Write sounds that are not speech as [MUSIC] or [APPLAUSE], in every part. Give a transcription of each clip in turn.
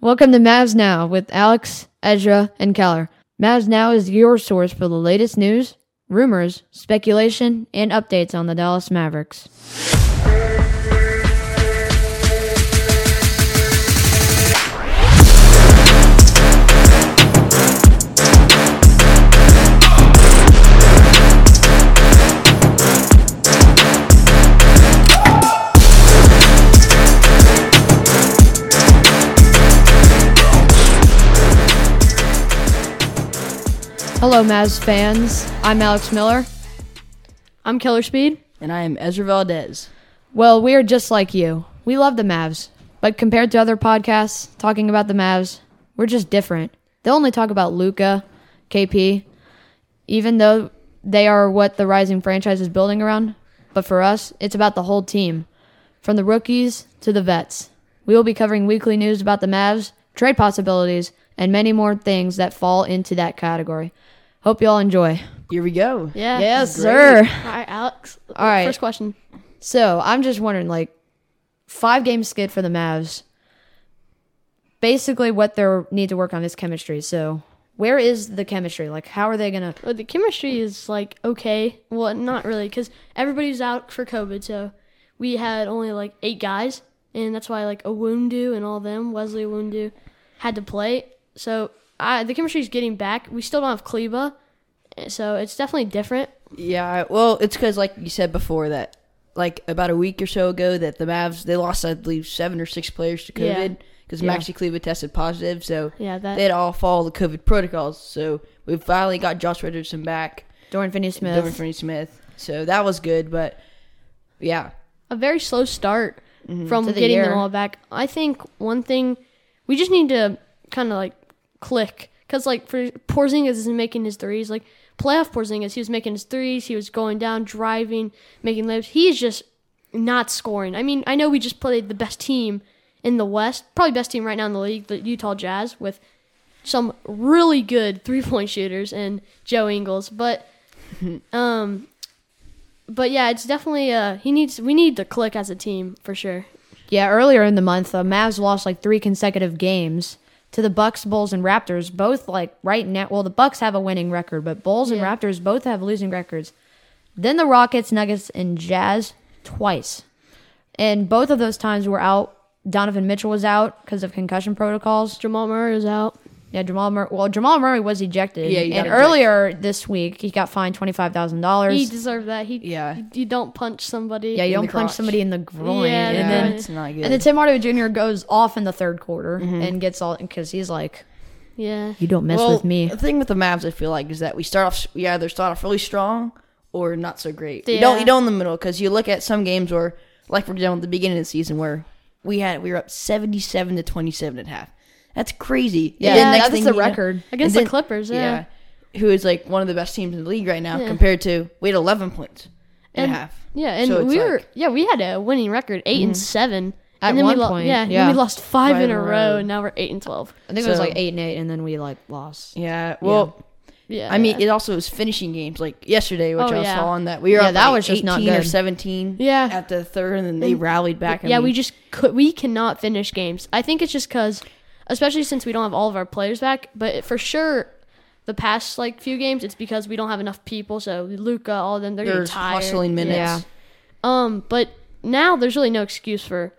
Welcome to Mavs Now with Alex, Ezra, and Keller. Mavs Now is your source for the latest news, rumors, speculation, and updates on the Dallas Mavericks. Hello, Mavs fans. I'm Alex Miller. I'm Keller Speed. And I am Ezra Valdez. Well, we are just like you. We love the Mavs, but compared to other podcasts talking about the Mavs, we're just different. They only talk about Luca, KP, even though they are what the rising franchise is building around. But for us, it's about the whole team, from the rookies to the vets. We will be covering weekly news about the Mavs, trade possibilities, and many more things that fall into that category. Hope you all enjoy. Here we go. Yeah. Yes, Great. sir. All right, Alex. All right. First question. So I'm just wondering, like, five game skid for the Mavs. Basically, what they are need to work on is chemistry. So where is the chemistry? Like, how are they gonna? Well, Uh, the chemistry is like okay. Well, not really, because everybody's out for COVID, so we had only like eight guys, and that's why like Owundu and all them, Wesley Owundu, had to play. So I, the chemistry's getting back. We still don't have Kleba, eh, so it's definitely different. Yeah. I- Well, it's because, like you said before, that like about a week or so ago, that the Mavs they lost, I believe, seven or six players to Yeah. COVID because Yeah. Maxi Kleba tested positive, so Yeah, that- they'd all follow the COVID protocols. So we finally got Josh Richardson back, Dorian Finney-Smith. Dover Finney Smith. So that was good, but yeah, a very slow start from Mm-hmm. To the getting year. them all back. I think one thing we just need to kind of like click because like for Porzingis isn't making his threes. Like playoff Porzingis, he was making his threes. He was going down, driving, making layups. He is just not scoring. I mean, I know we just played the best team in the West, probably best team right now in the league, the Utah Jazz, with some really good three point shooters and Joe Ingles, but um, but yeah, it's definitely uh he needs we need to click as a team for sure. Yeah, earlier in the month, the Mavs lost like three consecutive games to the Bucks, Bulls, and Raptors. Both like right now. Well, the Bucks have a winning record, but Bulls and Yeah. Raptors both have losing records. Then the Rockets, Nuggets, and Jazz twice, and both of those times were out. Donovan Mitchell was out because of concussion protocols. Jamal Murray is out. Yeah, Jamal Murray. Well, Jamal Murray was ejected. Yeah, and he got ejected. earlier this week he got fined twenty five thousand He dollars. deserved that. He Yeah. You, don't punch somebody. Yeah, you in don't the punch crotch. somebody in the groin, Yeah, and the then groin. it's not good. and then Tim Hardaway Jr. goes off in the third quarter and gets all because he's like, yeah. Mm-hmm. "You don't mess Well, with me." The thing with the Mavs, I feel like, is that we start off we either start off really strong or not so great. You don't Yeah. you don't in the middle because you look at some games where, like for example, at the beginning of the season where we had we were up seventy seven to twenty seven at half. That's crazy. Yeah, And then yeah next that's thing the you know- record. Against and the Clippers, yeah. who is like one of the best teams in the league right now compared to we had eleven points and, And- a half. Yeah, and So it's we were like- yeah, we had a winning record, 8 and 7. At and then one we lo- point, yeah, and then yeah. we lost 5 Five in in a a row row. and now we're 8 and 12. I think it was So- like eight and eight, and then we like lost. Yeah. Well, Yeah. I mean, it also was finishing games like yesterday, which Oh, I was yeah. on that we were Yeah, up that like was just not 18 or good. seventeen. Yeah. at the third, and then they rallied back. and yeah, we just could, we cannot finish games. I think it's just because, especially since we don't have all of our players back. But for sure, the past like few games, it's because we don't have enough people. So Luca, all of them, they're getting there's tired. hustling minutes. Yeah. Um, but now there's really no excuse for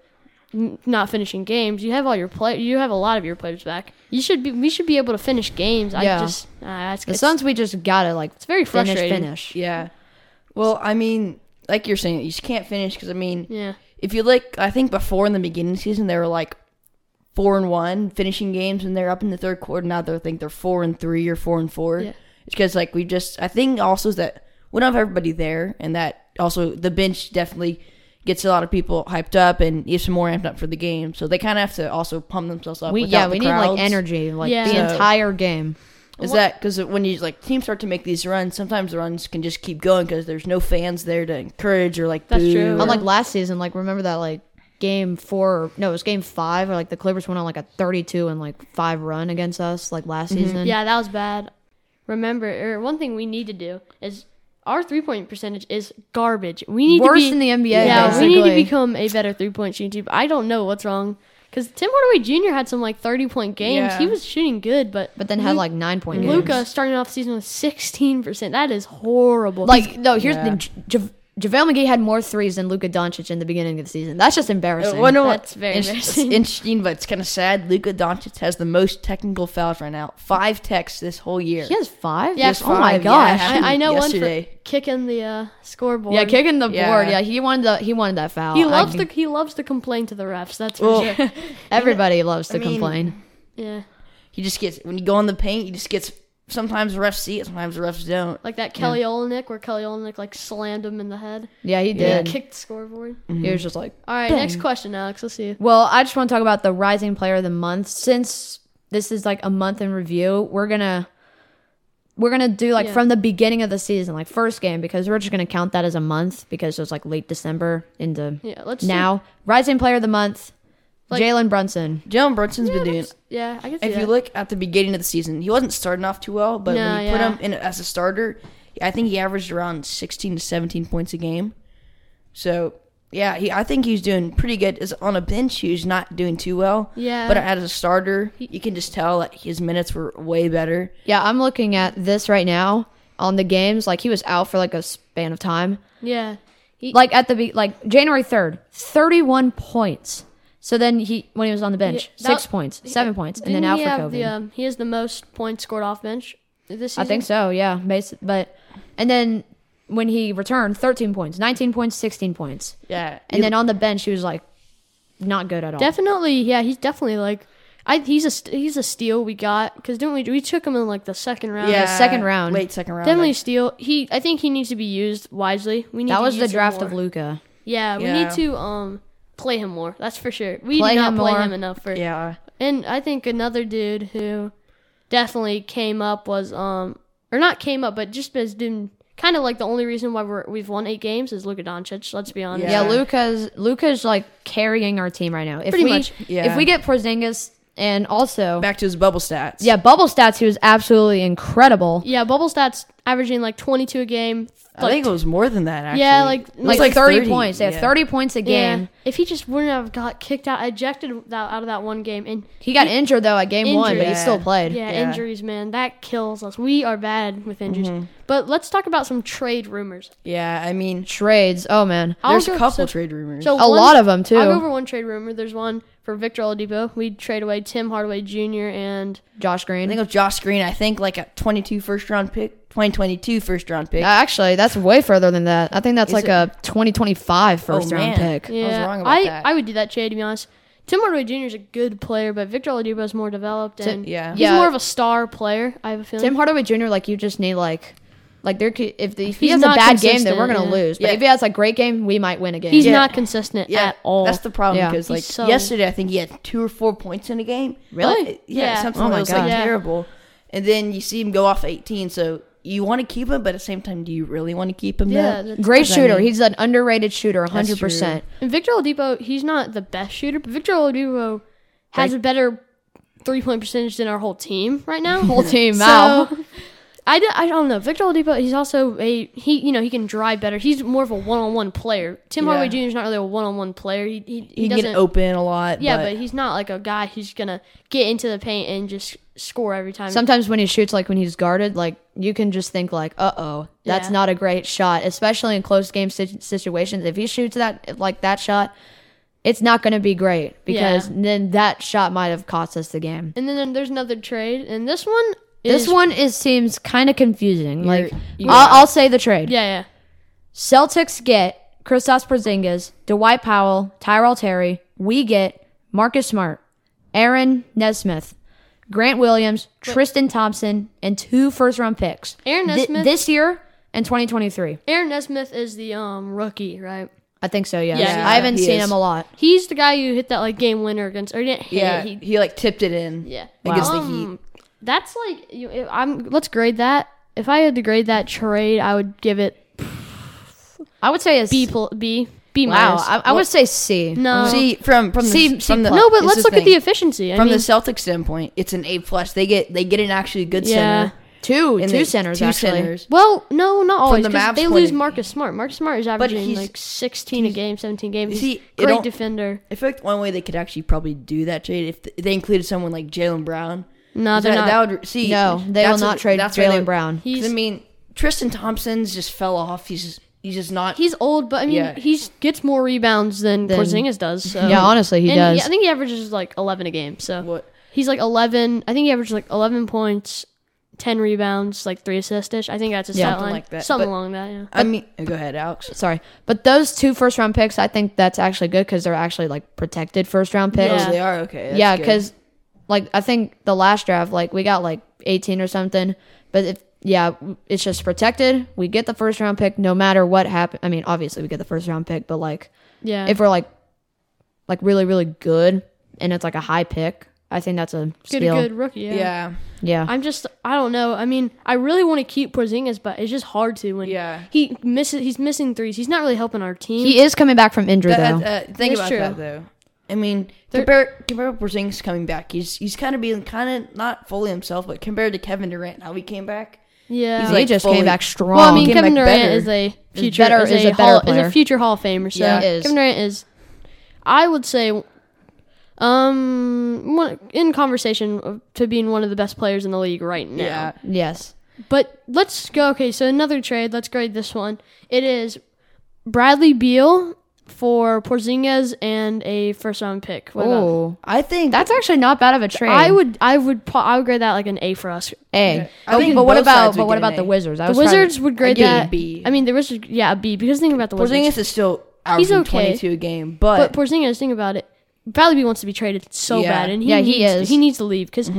n- not finishing games. You have all your play. You have a lot of your players back. You should be. We should be able to finish games. Yeah. I just. Uh, that's, The Suns, we just gotta like it's very finish, frustrating. finish. Yeah. Well, I mean, like you're saying, you just can't finish because I mean, Yeah. if you look, I think before in the beginning of the season they were like four and one finishing games, and they're up in the third quarter. Now they think they're four and three or four and four. Yeah. It's because like we just, I think also is that we don't have everybody there, and that also the bench definitely gets a lot of people hyped up and even more amped up for the game. So they kind of have to also pump themselves up. We without yeah, the we need like crowds. energy, like Yeah. the So- entire game. Is that because when you like teams start to make these runs, sometimes the runs can just keep going because there's no fans there to encourage or like. That's boo true. or- I'm Unlike last season, like remember that like game four? No, it was game five, or like the Clippers went on like a thirty-two and like five run against us, like last season. Yeah, that was bad. Remember, or one thing we need to do is our three point percentage is garbage. We need Worse to be than the NBA, Yeah, we need to basically. become a better three point shooting team. I don't know what's wrong Because Tim Hardaway Jr. had some like 30 point games. Yeah. He was shooting good, but But then had like nine point games. Luca starting off the season with 16%. That is horrible. Like no, here's Yeah. the J- J- JaVale McGee had more threes than Luka Doncic in the beginning of the season. That's just embarrassing. Oh, well, no, That's very it's- embarrassing. It's interesting, but it's kind of sad. Luka Doncic has the most technical fouls right now. Five techs this whole year. He has five. Yeah, Yes, oh my five, gosh. yeah. I, I know one yesterday. for kicking the uh, scoreboard. Yeah, kicking the Yeah. board. Yeah, he wanted the he wanted that foul. He I- loves to he loves to complain to the refs. That's for Well- sure. Everybody loves to mean- complain. Yeah, He just gets when you go in the paint. He just gets sometimes the refs see it, sometimes the refs don't. like that Kelly Olynyk where Kelly Olynyk like slammed him in the head. Yeah, Mm-hmm. he Yeah, Mm-hmm. did. kicked the scoreboard. He was just like, All right, next question, Alex. Let's see. well, I just want to talk about the rising player of the month since this is like a month in review. We're gonna we're gonna do like Yeah. from the beginning of the season, like first game, because we're just gonna count that as a month because it was like late December into Yeah, let's see. now. Rising player of the month, Like- Jalen Brunson. Jalen Brunson's been doing. Yeah, I can see If you that. look at the beginning of the season, he wasn't starting off too well, but No, when you put yeah. him in as a starter, I think he averaged around 16 to 17 points a game. So, yeah, he, I think he's doing pretty good. As on a bench, he's not doing too well. Yeah. But as a starter, you can just tell that his minutes were way better. Yeah, I'm looking at this right now on the games. Like he was out for like a span of time. yeah, he, Like at the be- like January 3rd, 31 points. So then he when he was on the bench, Yeah, that- 6 points, 7 points, and then didn't out he for have COVID. the, um, he has the most points scored off bench this season. I think so, yeah. Bas- But and then when he returned, 13 points, 19 points, 16 points. Yeah. And then on the bench he was like not good at all. Definitely, yeah, he's definitely like, I he's a st- he's a steal we got because didn't we we took him in like the uh, second round. yeah, second round. Late second round. Definitely like- steal. He, I think he needs to be used wisely. We need that to was the use him draft more. of Luca. Yeah, we Yeah. need to um play him more. That's for sure. We Play did not him play more. him enough for. yeah. And I think another dude who definitely came up was um or not came up, but just has been kind of like the only reason why we're, we've won eight games is Luka Doncic. Let's be honest. Yeah, Yeah. Luca's Luca's like carrying our team right now. If Pretty we much, yeah. if we get Porzingis and also Back to his bubble stats. Yeah, bubble stats. He was absolutely incredible. Yeah, bubble stats averaging like twenty two a game. I think it was more than that, actually. Yeah, like- It was Like, like 30, 30, points. They have yeah. 30 points a game. Yeah, if he just wouldn't have got kicked out, ejected that, out of that one game, and He got injured though at game one, Injured. but he still Yeah. played. yeah, Yeah. injuries, man, that kills us. We are bad with injuries. Mm-hmm. But let's talk about some trade rumors. yeah, I mean, Trades. Oh man, I'll there's a go- couple so- trade rumors. a lot of them too. I'll go over one trade rumor. There's one for Victor Oladipo. We trade away Tim Hardaway Jr. and Josh I Green. think it was Josh Green. I think like a 22 first round pick, 2022 first round pick. Uh, Actually, that's way further than that. I think that's like it- a 2025 first round man. pick. yeah, wrong about I, that. I would do that trade to be honest. Tim Hardaway Jr. is a good player, but Victor Oladipo is more developed and yeah. he's Yeah. more of a star player. I have a feeling. Tim Hardaway Jr. Like you just need like. Like there, could, if, the, if he He's has a not bad game, then we're consistent, gonna yeah. lose. But Yeah. if he has a great game, we might win a game. he's Yeah. not consistent at all. That's the problem Yeah. because like so- yesterday, I think he had two or four points in a game. Really? But, yeah, Yeah. something Oh my that was like God. Yeah. terrible. And then you see him go off 18. So you want to keep him, but at the same time, do you really want to keep him? yeah. though? that's- great That's what I shooter. mean. He's an underrated shooter, 100. percent And Victor Oladipo, he's not the best shooter, but Victor Oladipo has a better three point percentage than our whole team right now. Whole team out. [LAUGHS] So, I, do, I don't know. Victor Oladipo, he's also a he. You know, he can drive better. He's more of a one on one player. Tim Hardaway Jr. Yeah. is not really a one on one player. He he, he, he can doesn't. get open a lot. yeah, but, he's not like a guy who's gonna get into the paint and just score every time. sometimes when he shoots like when he's guarded like you can just think like uh-oh that's Yeah. not a great shot especially in close game sit- situations if he shoots that like that shot it's not going to he great because Yeah. then that shot might have cost us the game and then there's another trade, and this one. this is- one is seems kind of confusing like you- I'll, I'll say the trade Yeah, yeah. celtics get christos porzingis dwight powell tyrell terry we get marcus smart aaron nesmith grant williams tristan thompson and two first round picks Aaron Thi- Nesmith. this year and 2023. Aaron Nesmith is the um rookie, right? I think so. Yes. Yeah, I haven't he seen is. him a lot. He's the guy who hit that like game winner against, or he didn't hit. yeah, it, he, he, like tipped it in. yeah. against the Heat. Um, that's like you, if I'm. Let's grade that. If I had to grade that trade, I would give it I would say a B C. pl- B B Wow. minus. I, I would say C. no, See from from See- the, see from the Um, no, but this let's is look at thing. the efficiency. I from mean, the Celtics standpoint. It's an A plus. They get they get an actually good Yeah. center. Two, And two they- centers two actually. centers. Well, no, not always. the 'cause Mavs they lose point- Marcus Smart. Marcus Smart is averaging he's- like 16 a game, 17 games. you He's see, it great don't- defender. I feel like the one way they could actually probably do that trade if th- they included someone like Jalen Brown. No, they're that, not. That would see. No, they will that's not what- trade that's where they- Jalen Brown. 'cause I mean, Tristan Thompson's just fell off. He's just, he's just not. He's old, but I mean, Yeah. he's gets more rebounds than, Than- Porzingis does. So. Yeah, honestly, he Um, And does. I think he averages like 11 a game. So what? he's like 11. I think he averages like 11 points, 10 rebounds, like three assists ish. I think that's a Yeah. stat Something line. like that, Something but- along that. Yeah. I mean, oh, go ahead, Alex. Sorry, but those two first round picks, I think that's actually good because they're actually like protected first round picks. Oh, they are okay. that's yeah good. because like i think the last draft like we got like 18 or something but if yeah it's just protected we get the first round pick no matter what happen. i mean obviously we get the first round pick but like Yeah. if we're like like really really good and it's like a high pick i think that's a get steal a good rookie. Yeah. yeah, yeah I'm just I don't know. I mean, I really want to keep Porzingis, but it's just hard to when Yeah. he misses he's missing threes. He's not really helping our team. he is coming back from injury That- though that- uh, think It's about true. that though. I mean, compare compare to Porzingis coming back. He's he's kind of being kind of not fully himself, but compared to Kevin Durant, how he came back. yeah. he's he like just fully- came back strong well, I mean, came Kevin back Durant better. is a future better- is, is a, a better hall, is player. a future Hall of Famer. So Yeah. Is. Kevin Durant is. I would say, um, one, in conversation of- to being one of the best players in the league right now. yes But let's go. Okay, so another trade. Let's grade this one. It is Bradley Beal for Porzingis and a first round pick. What about- oh I think that's actually not bad of a trade I would, I would, pa- I would grade that like an A for us. a I think Oh, but, but what both about sides but would what get about an the A. wizards I The was trying to- Wizards would grade give it a that. B. I mean, the Wizards, yeah, a B. Because think about the Wizards. Porzingis is still averaging okay. twenty two a game, but, But Porzingis, think about it. Bradley Beal wants to be traded so Yeah. bad, and he Yeah, needs, he is. Mm-hmm. He needs to leave because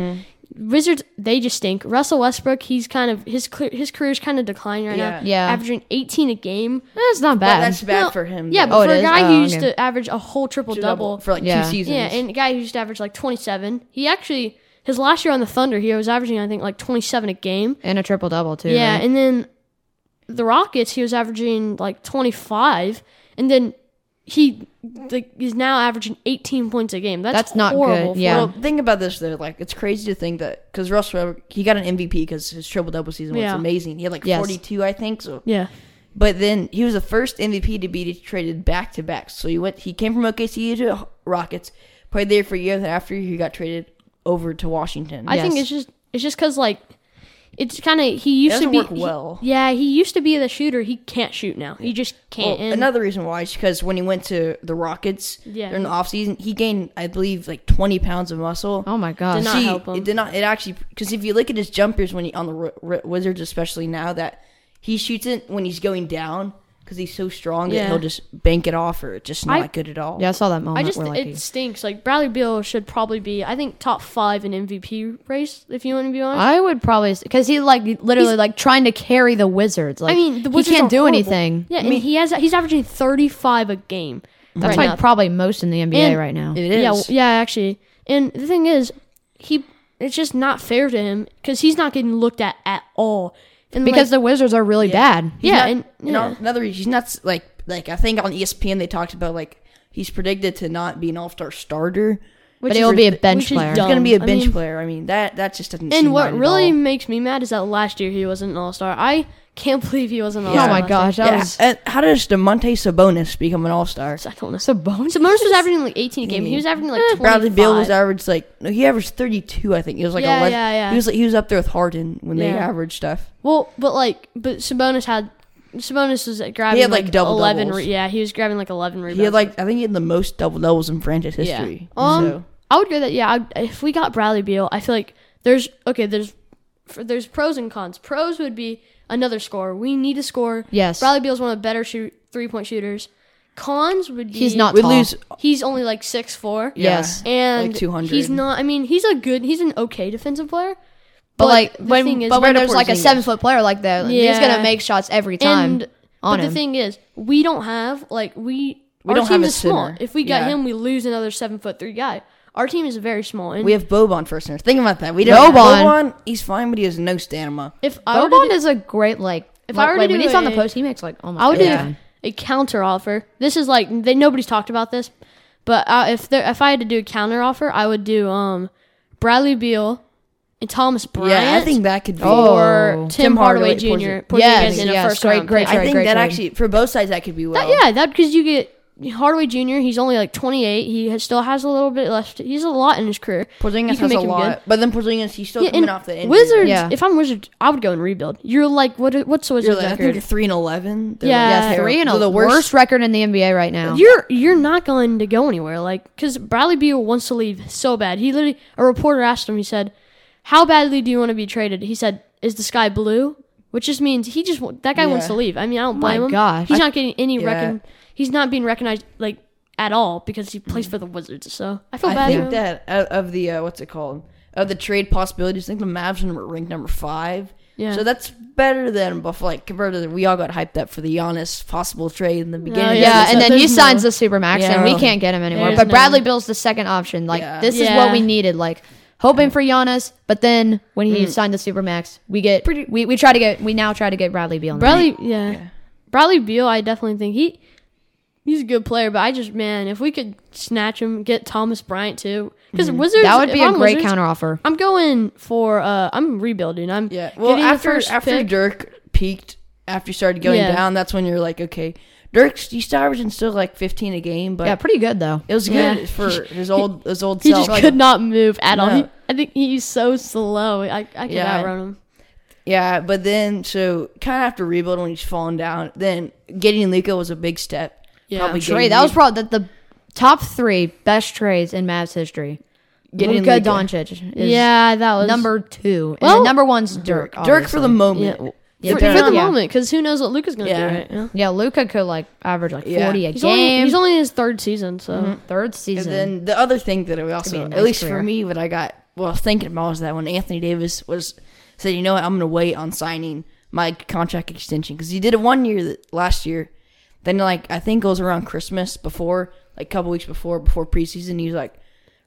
Wizards they just stink. Russell Westbrook, he's kind of his cle- his career's kind of declining right now. Yeah. Yeah. averaging 18 a game. that's not but bad that's bad No, for him. Yeah, though. but Oh, it for a is? guy Oh, who used okay. to average a whole triple double. for like Yeah. two seasons. Yeah, and a guy who used to average like 27. He actually his last year on the Thunder, he was averaging I think like 27 a game. and a triple double too Yeah, right? and then the Rockets, he was averaging like 25, and then he like is now averaging 18 points a game. That's, That's not good, horrible for- yeah. Well, think about this though. Like, it's crazy to think that because Russell Westbrook, he got an MVP because his triple double season was Yeah. amazing. He had like Yes. forty two, I think. So, yeah, but then he was the first MVP to be traded back to back. So he went. He came from OKC to Rockets, played there for a year. Then after he got traded over to Washington. I think Yes. it's just it's just because like it's kind of he used to doesn't be work he- well. yeah, he used to be the shooter. He can't shoot now. He just Well, can't. and another reason why is because when he went to the Rockets Yeah. during the offseason, he gained, I believe, like 20 pounds of muscle. oh my gosh Did not See, help him. It did not. It actually because if you look at his jumpers when he on the Ri- Ri- Wizards, especially now that he shoots it when he's going down because he's so strong Yeah. that he'll just bank it off or it's just not I- good at all. yeah i saw that moment I just where like he- it stinks. Like Bradley Beal should probably be I think top five in MVP race if you want to be honest. I would probably because he like literally like trying to carry the Wizards. Like I mean, the Wizards he can't are do horrible. anything. Yeah, and he has he's averaging 35 a game. That's right like now. probably most in the NBA And- right now. It is. Yeah, w- yeah, actually. And the thing is, he it's just not fair to him because he's not getting looked at at all. And because like, the Wizards are really bad. He's yeah, not- and you know, another reason he's not s- like like I think on E ESPN they talked about like he's predicted to not be an All Star starter. but he will is be a rid- bench which is player. He's gonna dumb. be a I bench mean- player. I mean that that just doesn't. seem and what right at really all. makes me mad is that last year he wasn't an all star. I can't [LAUGHS] believe he wasn't an all Oh my star. gosh, that Yeah, was and how does Demonte Sabonis become an All Star? I don't know. So Sabonis. Sabonis was averaging like 18 a game. Mm. He was averaging like Eh, 25. Bradley Beal was averaged like no, he averaged thirty two. I think he was like Yeah, 11. yeah, yeah. He was like, he was up there with Harden when they Yeah. averaged stuff. Well, but like, but Sabonis had Sabonis was grabbing He had, like, like, double eleven. doubles. Re- yeah, he was grabbing like eleven rebounds. He had like I think he had the most double doubles in franchise yeah. history. Um, so. I would go that. Yeah, I, if we got Bradley Beal, I feel like there's okay. There's for, there's pros and cons. Pros would be another scorer. We need a scorer. Yes. Bradley Beal's one of the better shoot three point shooters. Cons would be He's not we tall. lose. He's only like six four. Yes. yeah, and like two hundred. He's not. I mean, he's a good. He's an okay defensive player. but like the when thing is- but when Compared to there's like a Porzingis. seven foot player like that, he's Yeah. gonna make shots every time. And on but him. the thing is, we don't have like we. We our don't team have a is small. center. If we got Yeah. him, we lose another seven foot three guy. Our team is very small. And We have Boban first. center. Think about that. We don't Boban. Boban. He's fine, but he has no stamina. if I were to Boban do, is a great like. If like, I were to like, when do he's on the a- post, he makes like oh almost. I would every do time. a counter offer. This is like they, nobody's talked about this, but uh, if there, if I had to do a counter offer, I would do um Bradley Beal, and Thomas Bryant. Yeah, I think that could be. Oh. or Tim, Tim Hardaway, Hardaway, Jr. Porzingis. Yes, in a yes, first great, round great pick. trade. I think that trade. actually for both sides that could be well. That- yeah, that because you get Hardaway Jr. He's only like 28. He has, still has a little bit left. He's a lot in his career. You Porzingis can has make a him lot, but then Porzingis he's still Yeah, coming and off the injury. Wizards. Yeah. If I'm Wizards, I would go and rebuild. You're like, what? What's the You're Wizards like, I think record? you're three and eleven. They're Yeah. like, Yeah, three and they're a the worst, worst. record in the NBA right now. You're you're not going to go anywhere. Like, because Bradley Beal wants to leave so bad. He literally, a reporter asked him. He said, "How badly do you want to be traded?" He said, "Is the sky blue?" Which just means he just wa- that guy wants Yeah. to leave. I mean, I don't blame him. gosh. he's not getting any Yeah. recon. He's not being recognized like at all because he plays for the Wizards. So I feel I bad. for think him. that uh, of the uh, what's it called of the trade possibilities. I think the Mavs are number- ranked number five. Yeah. So that's better than Buffalo. Like compared to the, we all got hyped up for the Giannis possible trade Oh, in the beginning. of yeah, the and season. then he there's signs the supermax, and we Yeah. can't get him anymore. There's but no- Bradley Bill's the second option. Like Yeah. this is Yeah. what we needed. Like hoping for Giannis, but then when Mm. he signed the supermax, we get Pretty- we, we try to get we now try to get Bradley Beal. Bradley, Bradley, yeah. Bradley Beal, I definitely think he he's a good player, but I just man, if we could snatch him, get Thomas Bryant too, because Wizards that would if be a I'm great Wizards, counteroffer. I'm going for uh, I'm rebuilding. I'm yeah. Well, getting the after first after pick. Dirk peaked, after he started going Yeah. down, that's when you're like, okay, Dirk's he's still averaging still like 15 a game, but Yeah, pretty good though. it was Yeah. good for his old his old he self. just Like, could not move at all. No. He, I think he's so slow. I I could Yeah. outrun him. Yeah, but then so kind of after rebuild when he's falling down, then getting Luka was a big step. Yeah. getting Trade that was Luka- probably the, the top three best trades in Mavs history. Getting Luka Luka. Doncic is yeah, that was number two, and Well- the number one's Dirk. Dirk for the obviously. moment. Yeah. Yeah, for, Dirk. for the Yeah. moment because who knows what Luca's gonna Yeah. do right now. Yeah, Luca could like average like Yeah. forty a He's only, game. he's only in his third season, so Mm-hmm. third And season. then the other thing that I be also, a nice at least for career. me, what I got well thinking about was that when Anthony Davis was said, you know what, I'm going to wait on signing my contract extension because he did it one year th- last year. Then like I think it was around Christmas before, like a couple weeks before before preseason, he was like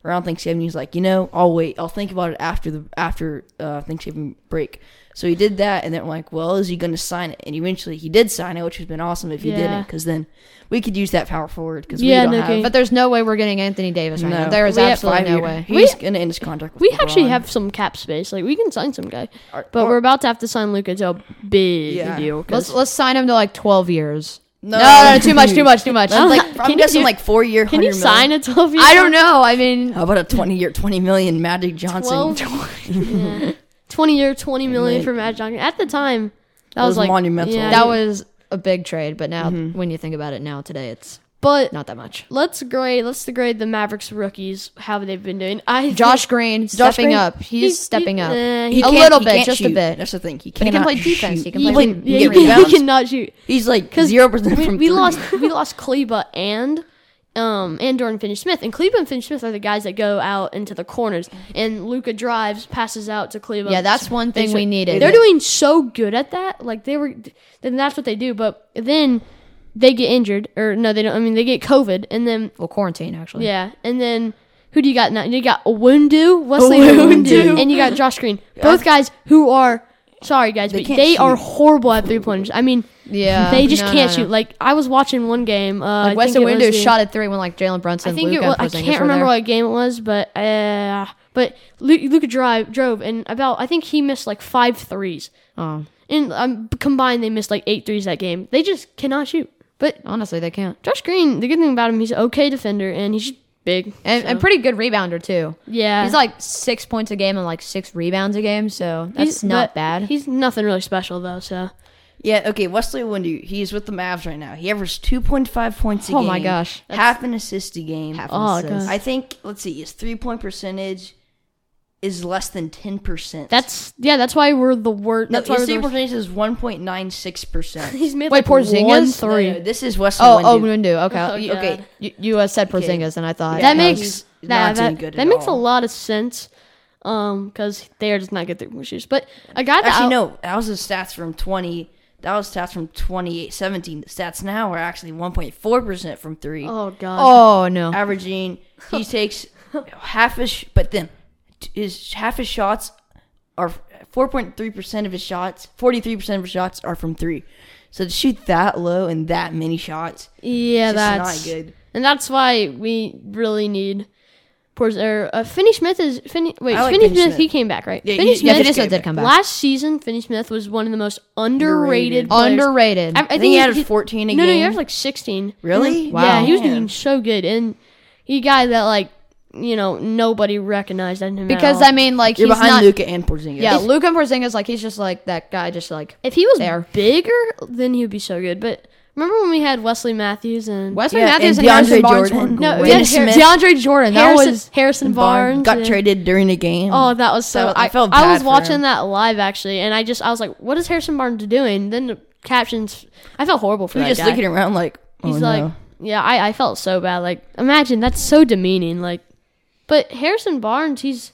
around Thanksgiving. He was like, you know, I'll wait. I'll think about it after the after uh, Thanksgiving break. So he did that, and then I'm like, well, is he going to sign it? And eventually, he did sign it, which has been awesome if he Yeah. didn't, because then we could use that power forward because Yeah, we don't no have. kidding. But there's no way we're getting Anthony Davis right No. now. There is We have absolutely five no year- way. He's gonna end his contract. With We actually LeBron. have some cap space. Like we can sign some guy, Are- but are- we're about to have to sign Luca to a big Yeah. deal. 'cause- Let's let's sign him to like 12 years. No. No, no, no, too much, too much, too much. I'm, [LAUGHS] like, [LAUGHS] Can I'm you guessing do- like four year. can you sign a twelve? I don't know. I mean, How about a twenty year, twenty million Magic Johnson? Twelve. yeah. Twenty year, twenty million for Matt Johnson. At the time, that It was, was like monumental. Yeah, that was a big trade, but now Mm-hmm. when you think about it now today, it's but not that much. let's grade. Let's grade the Mavericks rookies. How they've been doing. I Josh Green stepping Green? up. He's, He's- stepping he- up. uh, He a can't- little he bit, can't just a shoot. bit. That's the thing. He, he can cannot [LAUGHS] play defense. shoot. He can he, play can- defense. yeah, get he, can- rebounds. he cannot shoot. He's like Because zero percent we, from we three. [LAUGHS] lost we lost Kleba and um and Jordan Finney Smith. And Kleba and Finney Smith are the guys that go out into the corners. And Luca drives, passes out to Kleba. Yeah, that's one thing we needed. They're doing so good at that. Like they were then that's what they do, but then they get injured or no, they don't I mean they get COVID and then well quarantine actually. yeah, and then who do you got now? You got Owundu, Wesley Owundu. [LAUGHS] Owundu, and you got Josh Green. Both guys who are sorry guys, but can't they are shoot. horrible at three pointers. I mean, [LAUGHS] Yeah, they just no, can't no, shoot. no. Like I was watching one game. Uh, I Like Weston think it was Windows the- shot at three when like Jalen Brunson. I think it Luka was. and I Porzingis can't were remember there. what game it was, but uh, but Luca drive drove and about I think he missed like five threes. Oh, And um, combined, they missed like eight threes that game. They just cannot shoot. But honestly, they can't. Josh Green, the good thing about him, he's an okay defender and he's just big. And, so- and pretty good rebounder too. yeah, He's like six points a game and like six rebounds a game, so that's He's- not but bad. He's nothing really special though. So Yeah. Okay. Wesley Windu. He's with the Mavs right now. He averages two point five points a Oh game. my gosh. Half an assist a game. Half an Oh, assist. God. I think. Let's see. His three point percentage is less than ten percent. that's yeah, that's why we're the worst. no. That's why His we're three the point worst. percentage is one point nine six percent. He's made Wait, like Porzingis? one No, three. This is Wesley Oh, Windu. oh, Windu. Okay, Oh, You- God. okay. You, you uh, said Porzingis, and I thought Yeah, that he's makes that not doing that, good that at makes a all. lot of sense. Um, because they are just not good through shoes. But a guy that Actually, I- no. That was his stats from 20. That was stats from 2017. The stats now are actually 1.4% from three. Oh god. Oh no. Averaging, [LAUGHS] he takes half his, sh- but then t- his half his shots are 4.3% of his shots, 43% of his shots are from three. So to shoot that low and that many shots, yeah, it's just that's not good. and that's why we really need Porz- or, uh, Finney Smith is Finney. Wait, I like Finney Finney Smith, Smith. He came back, right? Yeah, Finney he- yeah, Smith Finney Smith did come back. Last season, Finney Smith was one of the most underrated. Underrated. players. Underrated. I, I think he added 14 a No, no, he game. averaged like sixteen. Really? And- Wow. Yeah, he was Man. doing so good, and he a guy that like you know nobody recognized him at because all. I mean, like You're he's behind not. Luca and Porzingis. Yeah, Luca Porzingis, like he's just like that guy, just like if he was there. bigger, then he'd be so good. But remember when we had Wesley Matthews and Wesley Yeah, Matthews and, and Harrison DeAndre Barnes. Jordan. were no, great. Wayne yeah, Smith. Har- DeAndre Jordan. That Harrison, was Harrison Barnes Barnes got and- traded during a game. Oh, that was so. That was- I I, felt I was bad for watching him. that live actually, and I just I was like, "What is Harrison Barnes doing?" Then the captions. I felt horrible for we that just guy. looking around like, oh, He's no. like, "Yeah, I, I felt so bad. Like, imagine that's so demeaning. Like, but Harrison Barnes, he's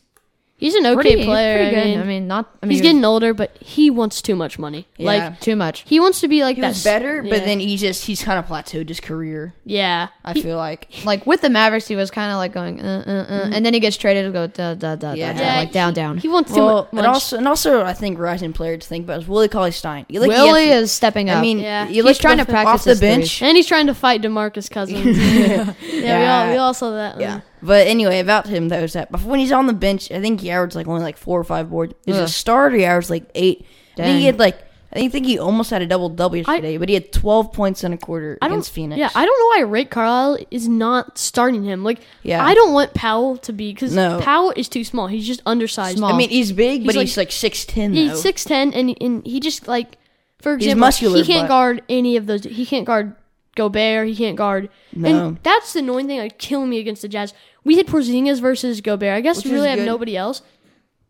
he's an okay pretty, he's player. pretty I good. mean, I mean, not. I mean, he's he was getting older, but he wants too much money. Like, Yeah. too much. he wants to be like he that. was better, yeah. but then he just he's kind of plateaued his career. yeah, I He- feel like Like with the Mavericks, he was kind of like going, uh, uh, uh, and then he gets traded to go da da da Yeah. da, Yeah, da, like down down. Mm-hmm. he wants well, too and much. also and also I think rising player to think about is Willie Cauley Stein. You look- he Willie has- is stepping up. I mean, Yeah. you He's look trying to off practice the his bench. and he's trying to fight [LAUGHS] Demarcus Cousins. yeah, we all we all saw that. Yeah. But anyway, about him though is that before when he's on the bench, I think he averaged like only like four or five boards. He's a Ugh. starter, he averaged like eight. I think Dang. he had like I think, think he almost had a double double yesterday, but he had twelve points in a quarter I don't, against Phoenix. Yeah, I don't know why Rick Carlisle is not starting him. Like, Yeah. I don't want Powell to be because No. Powell is too small. He's just undersized. Small. I mean he's big, but like- he's like six ten He's though. six ten, and and he just like, for example, muscular, he can't but- guard any of those. He can't guard Gobert. He can't guard. No. And that's the annoying thing. Like, killing me against the Jazz. We had Porzingis versus Gobert. I guess Which we was really have good. nobody else.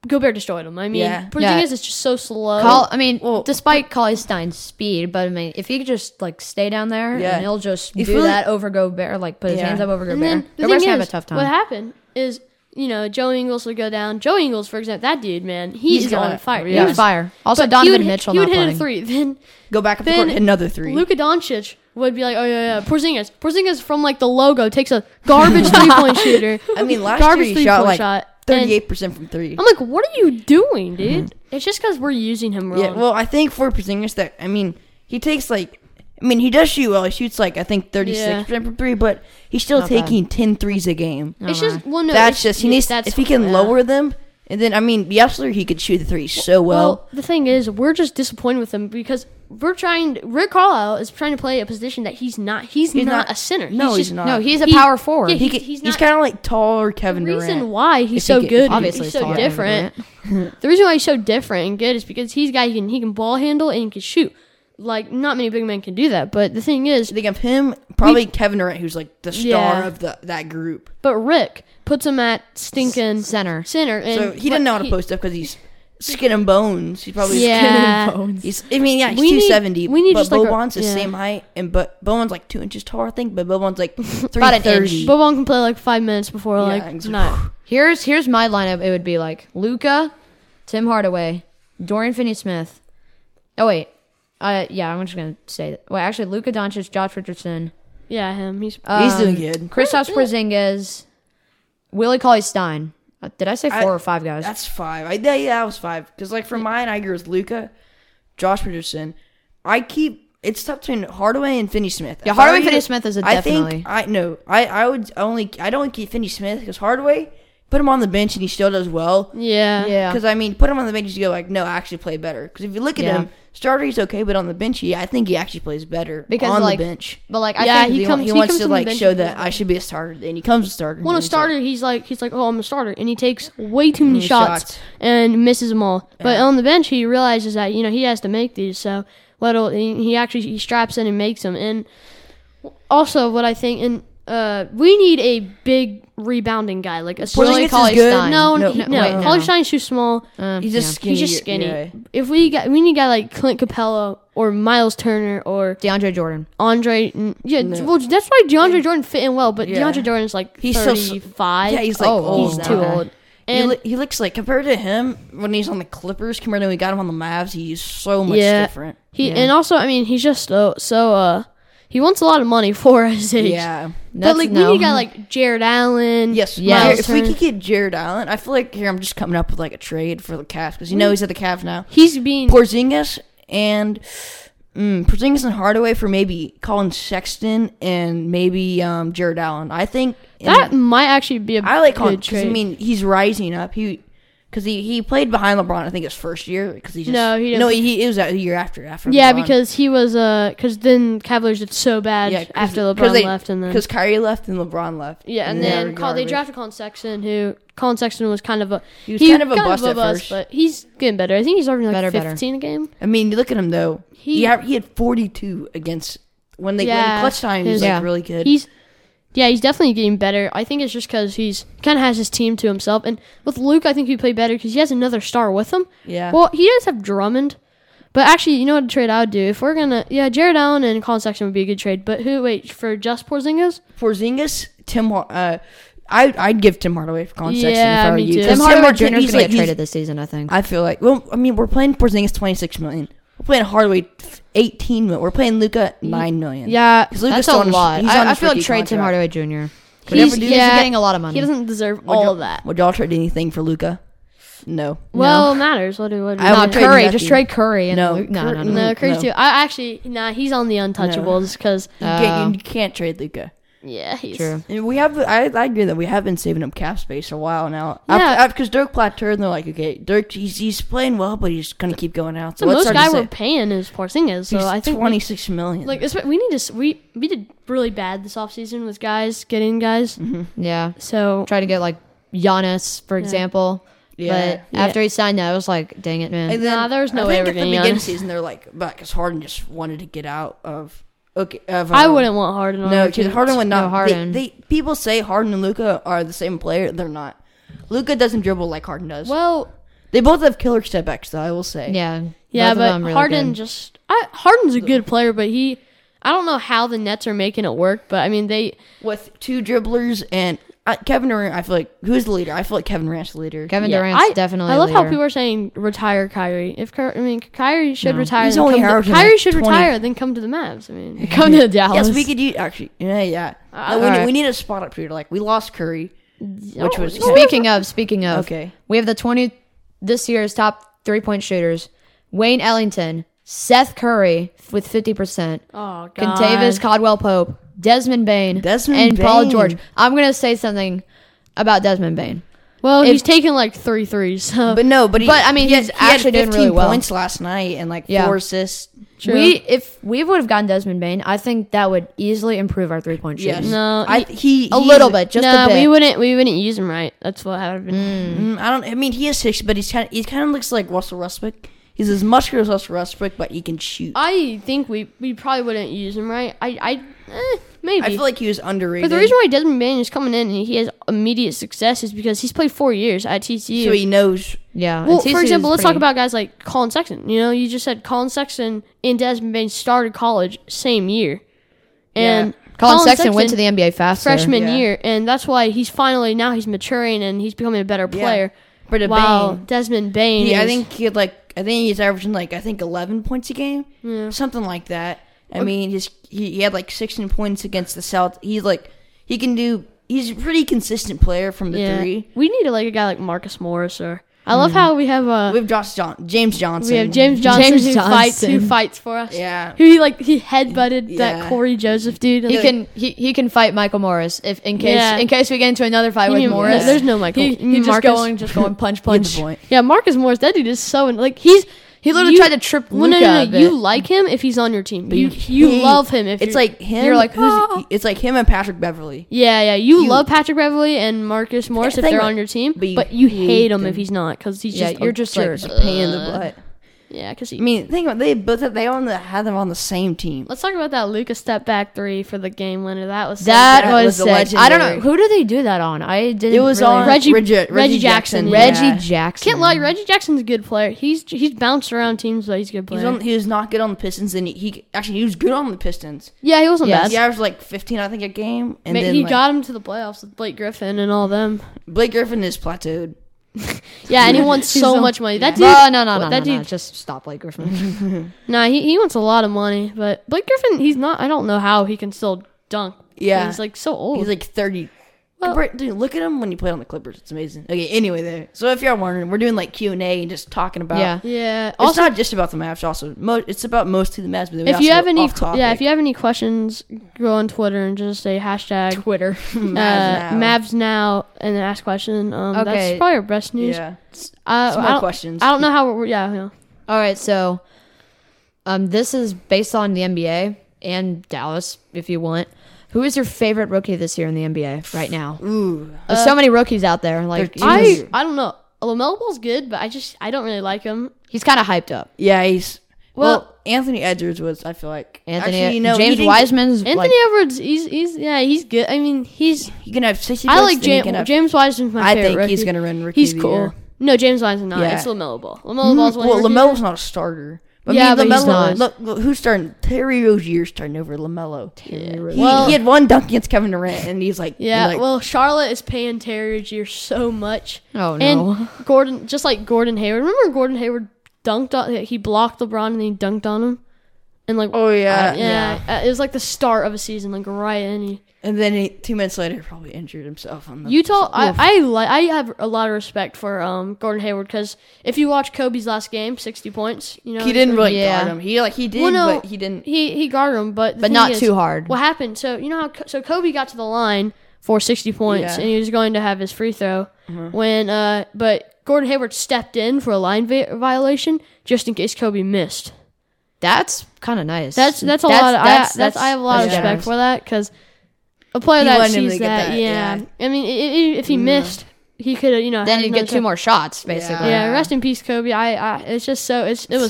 Gobert destroyed him. I mean, Yeah. Porzingis Yeah. is just so slow. Call, I mean, Well- despite Collie Stein's speed, but I mean, if he could just like stay down there Yeah. and he'll just If do really- that over Gobert, like put his Yeah. hands up over Gobert. And then the Gobert's thing gonna have is, a tough What time. happened is, you know, Joe Ingles would go down. Joe Ingles, for example, that dude, man, he He's is got on it. fire. Yeah, He was- fire. Also, but Donovan he would hit- Mitchell He would not hit playing. a three. Then Go back up the Then court, another three. Luka Doncic would be like, oh yeah, yeah, Porzingis. Porzingis from like the logo takes a garbage [LAUGHS] three point shooter. I mean last garbage year he shot three-point like shot, and- thirty eight percent from three. I'm like, what are you doing, dude? It's just because we're using him wrong. Mm-hmm. Yeah, well, I think for Porzingis, that I mean, he takes like, I mean, he does shoot well. He shoots like I think thirty Yeah. six percent from three, but he's still Not bad. taking 10 threes a game. it's just well, no, that's it's- just he needs. that's- if he can yeah. lower them, and then I mean, Yesler, he could shoot the three so well. Well, the thing is, we're just disappointed with him because we're trying. Rick Carlisle is trying to play a position that he's not. He's, He's not, not- a center. no, he's just- not. no, he's a He- power forward. yeah, he he- could, he's he's, not- kind of like taller The Kevin reason Durant. why If he's so he get- good, obviously obviously, he's it's so all different. [LAUGHS] the reason why he's so different and good is because he's a guy he can he can ball handle and he can shoot. Like not many big men can do that. But the thing is, Think of him, probably Kevin Durant, who's like the star Yeah. of the that group. but Rick puts him at stinking Center. center, and So he doesn't know how to post up because he's skin and bones. He's probably Yeah. [LAUGHS] He's, I mean, yeah, he's We need- 270. we need but just, like, a- Boban's the yeah. same height, and but Boban's like two inches taller, I think. But Boban's like About an 330. inch. Boban can play like five minutes before like ex- not. Here's here's my lineup. It would be like Luca, Tim Hardaway, Dorian Finney-Smith. Oh wait, uh, yeah, I'm just gonna say that. Wait, actually, Luca Doncic, Josh Richardson, Yeah, him. He's he's doing good. Kristaps Porzingis, Willie Cauley Stein. Uh, did I say four I- or five guys? That's five. I yeah, yeah, that was five. Because like for mine, I agree with Luca, Josh Richardson. I keep it's tough between Hardaway and Finney Smith. Yeah, If I Hardaway were and you- Finney-Smith is a I definitely. think I no. I I would only I'd only keep Finney Smith because Hardaway put him on the bench and he still does well. yeah, Yeah. Because I mean, put him on the bench, you go like, no, I actually play better. Because if you look at Yeah. him, starter he's okay, but on the bench, he I think he actually plays better Because, on like, the bench. But like, I Yeah, think he the He, wa- comes- he wants comes to from the like bench show and plays that I should be a starter, and he comes a starter. When a and he's like- starter, he's like he's like, oh, I'm a starter, and he takes way too many many shots, shots. and misses them all. But on the bench, he realizes that you know he has to make these. So what'll he, he actually he straps in and makes them. And also, what I think, and uh, we need a big rebounding guy like a Porzingis Willie is Cauley good. Stein. No, No, no, no. no, wait, no. Cauley Stein's too small. Um, he's just skinny. He's just skinny. yeah. If we got, we need a guy like Clint Capella or Miles Turner or yeah. DeAndre Jordan. Andre. n- Yeah, well, that's why DeAndre Jordan fit in well, but Yeah. DeAndre Jordan's like He's so s- thirty-five. Yeah, he's like Oh, old. he's too okay. now. old. he, And loo- he looks like compared to him when he's on the Clippers, compared to when we got him on the Mavs, he's so much Yeah. different. he and also, I mean, he's just so so. Uh, he wants a lot of money [LAUGHS] for his age. Yeah. That's- but like no. we need a guy like Jared Allen. Yes. Yeah. Yeah. Miles If we Turner. could get Jared Allen, I feel like here I'm just coming up Mm. with like a trade for the Cavs because you know he's at the Cavs now. he's being Porzingis and Mm, Porzingis and Hardaway for maybe Colin Sexton and maybe um, Jared Allen. I think and That might actually be a I like Colin good because trade. I mean he's rising up. He because he, he played behind LeBron. I think his first year because he just No, he didn't. no he, it was that year after after yeah, LeBron. because he was uh, because then Cavaliers did so bad Yeah, 'cause- after 'cause LeBron they- left, and then because Kyrie left and Lebron left. yeah, and they then were Col- they garbage. drafted Colin Sexton, who Colin Sexton was kind of a He was kind of a bust at first. but he's getting better. I think he's already like Better, better. 15 a game. I mean, you look at him though. He- He he, had- he had 42 against when they Yeah, when clutch time. He's his- like Yeah. really good. He's yeah, he's definitely getting better. I think it's just because he's kind of has his team to himself, and with Luke, I think he played better because he has another star with him. yeah. Well, he does have Drummond, but actually, you know what trade I would do if we're gonna yeah, Jared Allen and Colin Sexton would be a good trade. But who wait for just Porzingis? Porzingis, Tim. Har- Uh, I I'd give Tim Hardaway for Colin Sexton Yeah, if I were me you. too. 'cause Tim Tim Hardaway Hardaway Jr. is going he's to like- get he's- traded this season, I think. I feel like well, I mean, we're playing Porzingis 26 million. We're playing Hardaway 18 million. We're playing Luca 9 million. Yeah, 'Cause Luka's That's still a on his- lot. he's on I, I his feel like rookie trade Tim contract. Hardaway Jr. Could ever he's, do this? He's yeah, getting a lot of money. He doesn't deserve Would all y'all- of that. Would y'all trade anything for Luca? No. Well, it matters. What do what do I we- No, would trade Curry. nothing. Just trade Curry. And No, Luke. no, Cur- no, no, no. no, Curry too. I actually nah, he's on the untouchables because You, can't, you- you can't trade Luca. yeah, he's True. And we have. I, I agree that we have been saving up cap space a while now. Yeah. Because Dirk plateaued, and they're like, okay, Dirk, he's, he's playing well, but he's gonna keep going out. the So let's most start guy to we're say, paying is Porzingis. So he's I think twenty six million. like it's- we need to s- we we did really bad this offseason with guys getting guys. Mm-hmm. Yeah. So Try to get like Giannis, for example. Yeah. But after he signed that, I was like, dang it, man. And then- Nah, there's no I way think we're at the getting beginning of the Giannis. season they're like, but because Harden just wanted to get out of okay. Of, I um, wouldn't want Harden. on No, our because team. Harden would not. No, Harden. They, they people say Harden and Luca are the same player. They're not. Luca doesn't dribble like Harden does. Well, They both have killer step backs, though. I will say. yeah. yeah, both of but them really Harden good. just I, Harden's a good player, but he I don't know how the Nets are making it work, but I mean they With two dribblers and uh, Kevin Durant, I feel like who's the leader? I feel like Kevin Durant's the leader. Kevin yeah, Durant's I, definitely. I a love how leader. people are saying retire Kyrie. If Kyrie, I mean Kyrie should No. retire, He's then only come to- averaging Kyrie like should 20. retire, then come to the Mavs. [LAUGHS] I mean, come to Dallas. Yes, we could use actually. Yeah, yeah. Uh, No, we, alright. we need a spot up here. Like we lost Curry, which was Speaking of, speaking of, Okay. we have the twenty this year's top three point shooters: Wayne Ellington, Seth Curry with fifty percent, Oh God. Contavious Caldwell Pope, Desmond Bain, Desmond and Paul Bane. George. I'm gonna say something about Desmond Bain, Well, he's taken like three threes. So. but no, but he, But, I mean, he had- he's he had actually doing 15 really well. points last night and like Yeah. four assists. True. We if we would have gotten Desmond Bain, I think that would easily improve our three point Yes. shooting. No, I, he A he's- little bit, just nah, a bit. we wouldn't. We wouldn't use him right. That's what I would have been. Mm, I don't. I mean, he is six, but he's kind. Of, he kind of looks like Russell Westbrook. He's as muscular as Russell Westbrook, but he can shoot. I, I think we we probably wouldn't use him right. I I eh, maybe. feel like he was underrated. but the reason why Desmond Bain is coming in and he has immediate success is because he's played four years at TCU. so he knows. Yeah. Well, and TCU for is example, let's talk pretty- about guys like Colin Sexton. You know, you just said Colin Sexton and Desmond Bain started college same year, and Colin, Sexton, went to the NBA faster. freshman Yeah. year, and that's why he's finally now he's maturing and he's becoming a better player. But a Wow, Bane, Desmond Bain. he, I is- think he had like. I think he's averaging like I think eleven points a game, something like that. I mean, his he, he had like sixteen points against the South. He's like he can do. He's a pretty consistent player from the yeah. three. We need like a guy like Marcus Morris or I love how we have uh We have Josh John, James Johnson. we have James Johnson James who fights who Johnson. fights for us. Yeah. Who he like he headbutted that Yeah. Corey Joseph dude. He Like, can he, he can fight Michael Morris if in case Yeah. in case we get into another fight He with knew- Morris. no, there's no Michael- Mm, He, he just Marcus. going just going punch punch. Good point. yeah, Marcus Morris, that dude is so like he's He literally you- tried to trip Well, no, Luka. no, no, you but- like him if he's on your team. You you You hate- love him if it's you're- like him. oh. you're like, who's- "Ah." it's like him and Patrick Beverly. yeah, yeah. You, love Patrick Beverly and Marcus Morris if thing they're about- on your team, but you but you hate hate him them. if he's not because he's yeah, just you're a just jerk. like It's a pain in the "Ugh." butt. yeah, because he I mean, think about they both they on the had them on the same team. Let's talk about that Luca step back three for the game winner. That was so That, That was, was a sick. I don't know legendary. who do they do that on. I didn't. It was really- on Reggie- Reggie, Reggie Jackson, Jackson. yeah. Reggie Jackson. Can't lie, Reggie Jackson's a good player. He's he's bounced around teams, but he's a good player. He's on, he was not good on the Pistons, and he, he actually he was good on the Pistons. yeah, he wasn't Yes. bad. He averaged like 15, I think, a game, and Ma- then he like, got him to the playoffs with Blake Griffin and all them. Blake Griffin is plateaued. Yeah, and he wants He's so on- much money. That dude, No, no, no, What, no, that no, no, dude- Just stop, [LAUGHS] Blake Griffin. nah, he, he wants a lot of money. But Blake Griffin, he's not. I don't know how he can still dunk. Yeah. he's like so old. He's like thirty. Well- Compar- dude, look at him when you play on the Clippers. It's amazing. Okay, anyway, there. So if y'all wondering, we're doing like Q and A and just talking about. Yeah. Yeah. It's Also, not just about the Mavs. Also, mo- it's about mostly the Mavs. But if you have any, yeah, if you have any questions, go on Twitter and just say hashtag Twitter. [LAUGHS] uh, Mavs now. Mavs now and then ask a question. Um, Okay. that's probably our best news. yeah, Uh, some I more don't- questions. I don't know how. We're, yeah, yeah. All right, so um, this is based on the NBA and Dallas, if you want. Who is your favorite rookie this year in the NBA right now? Ooh, Uh, There's so many rookies out there. Like they're he's, I I don't know. Lamelo Ball's good, but I just I don't really like him. he's kind of hyped up. yeah, he's well, Well- Anthony Edwards was. I feel like Anthony, E, Actually, you know, he James didn't- Wiseman's Anthony like, Edwards, he's he's yeah, he's good. I mean, he's He can have sixty. I points, then like he James can have- James Wiseman's my I favorite. think rookie. he's gonna run rookie. He's of the cool. year. No, James Wiseman's not. Yeah. Mm, It's Lamelo Ball. Lamelo Ball's one. Well, Lamelo's not a starter. But Yeah, I mean, but he's LaMelo, not. look, look, who's starting? Terry Rozier's starting over Lamelo. Terry Rozier. He, Well- he had one dunk against Kevin Durant, and he's like, Yeah, like, well, Charlotte is paying Terry Rozier so much. Oh, no. And Gordon, just like Gordon Hayward. Remember Gordon Hayward dunked on? He blocked LeBron and he dunked on him. And like, oh yeah, yeah, uh, it was like the start of a season, like right in. He, And then he, two minutes later, probably injured himself on the Utah, I I, li- I have a lot of respect for um Gordon Hayward because if you watch Kobe's last game, sixty points, you know He didn't really Yeah. guard him. He like he did, Well, no, but he didn't. he he guarded him, but the but thing not is, too hard. What happened? So you know how Co- so Kobe got to the line for sixty points, Yeah. and he was going to have his free throw when uh but Gordon Hayward stepped in for a line va- violation just in case Kobe missed. That's kind of nice. That's that's a lot. Of, I that's, I have a lot of that's respect generous. for that because a player He that wanted him to sees get that, that, yeah. I mean, i- i- if he missed, he could have you know Then had you another get two more shots, basically. Yeah, rest in peace, Kobe. I, I it's just so it's it was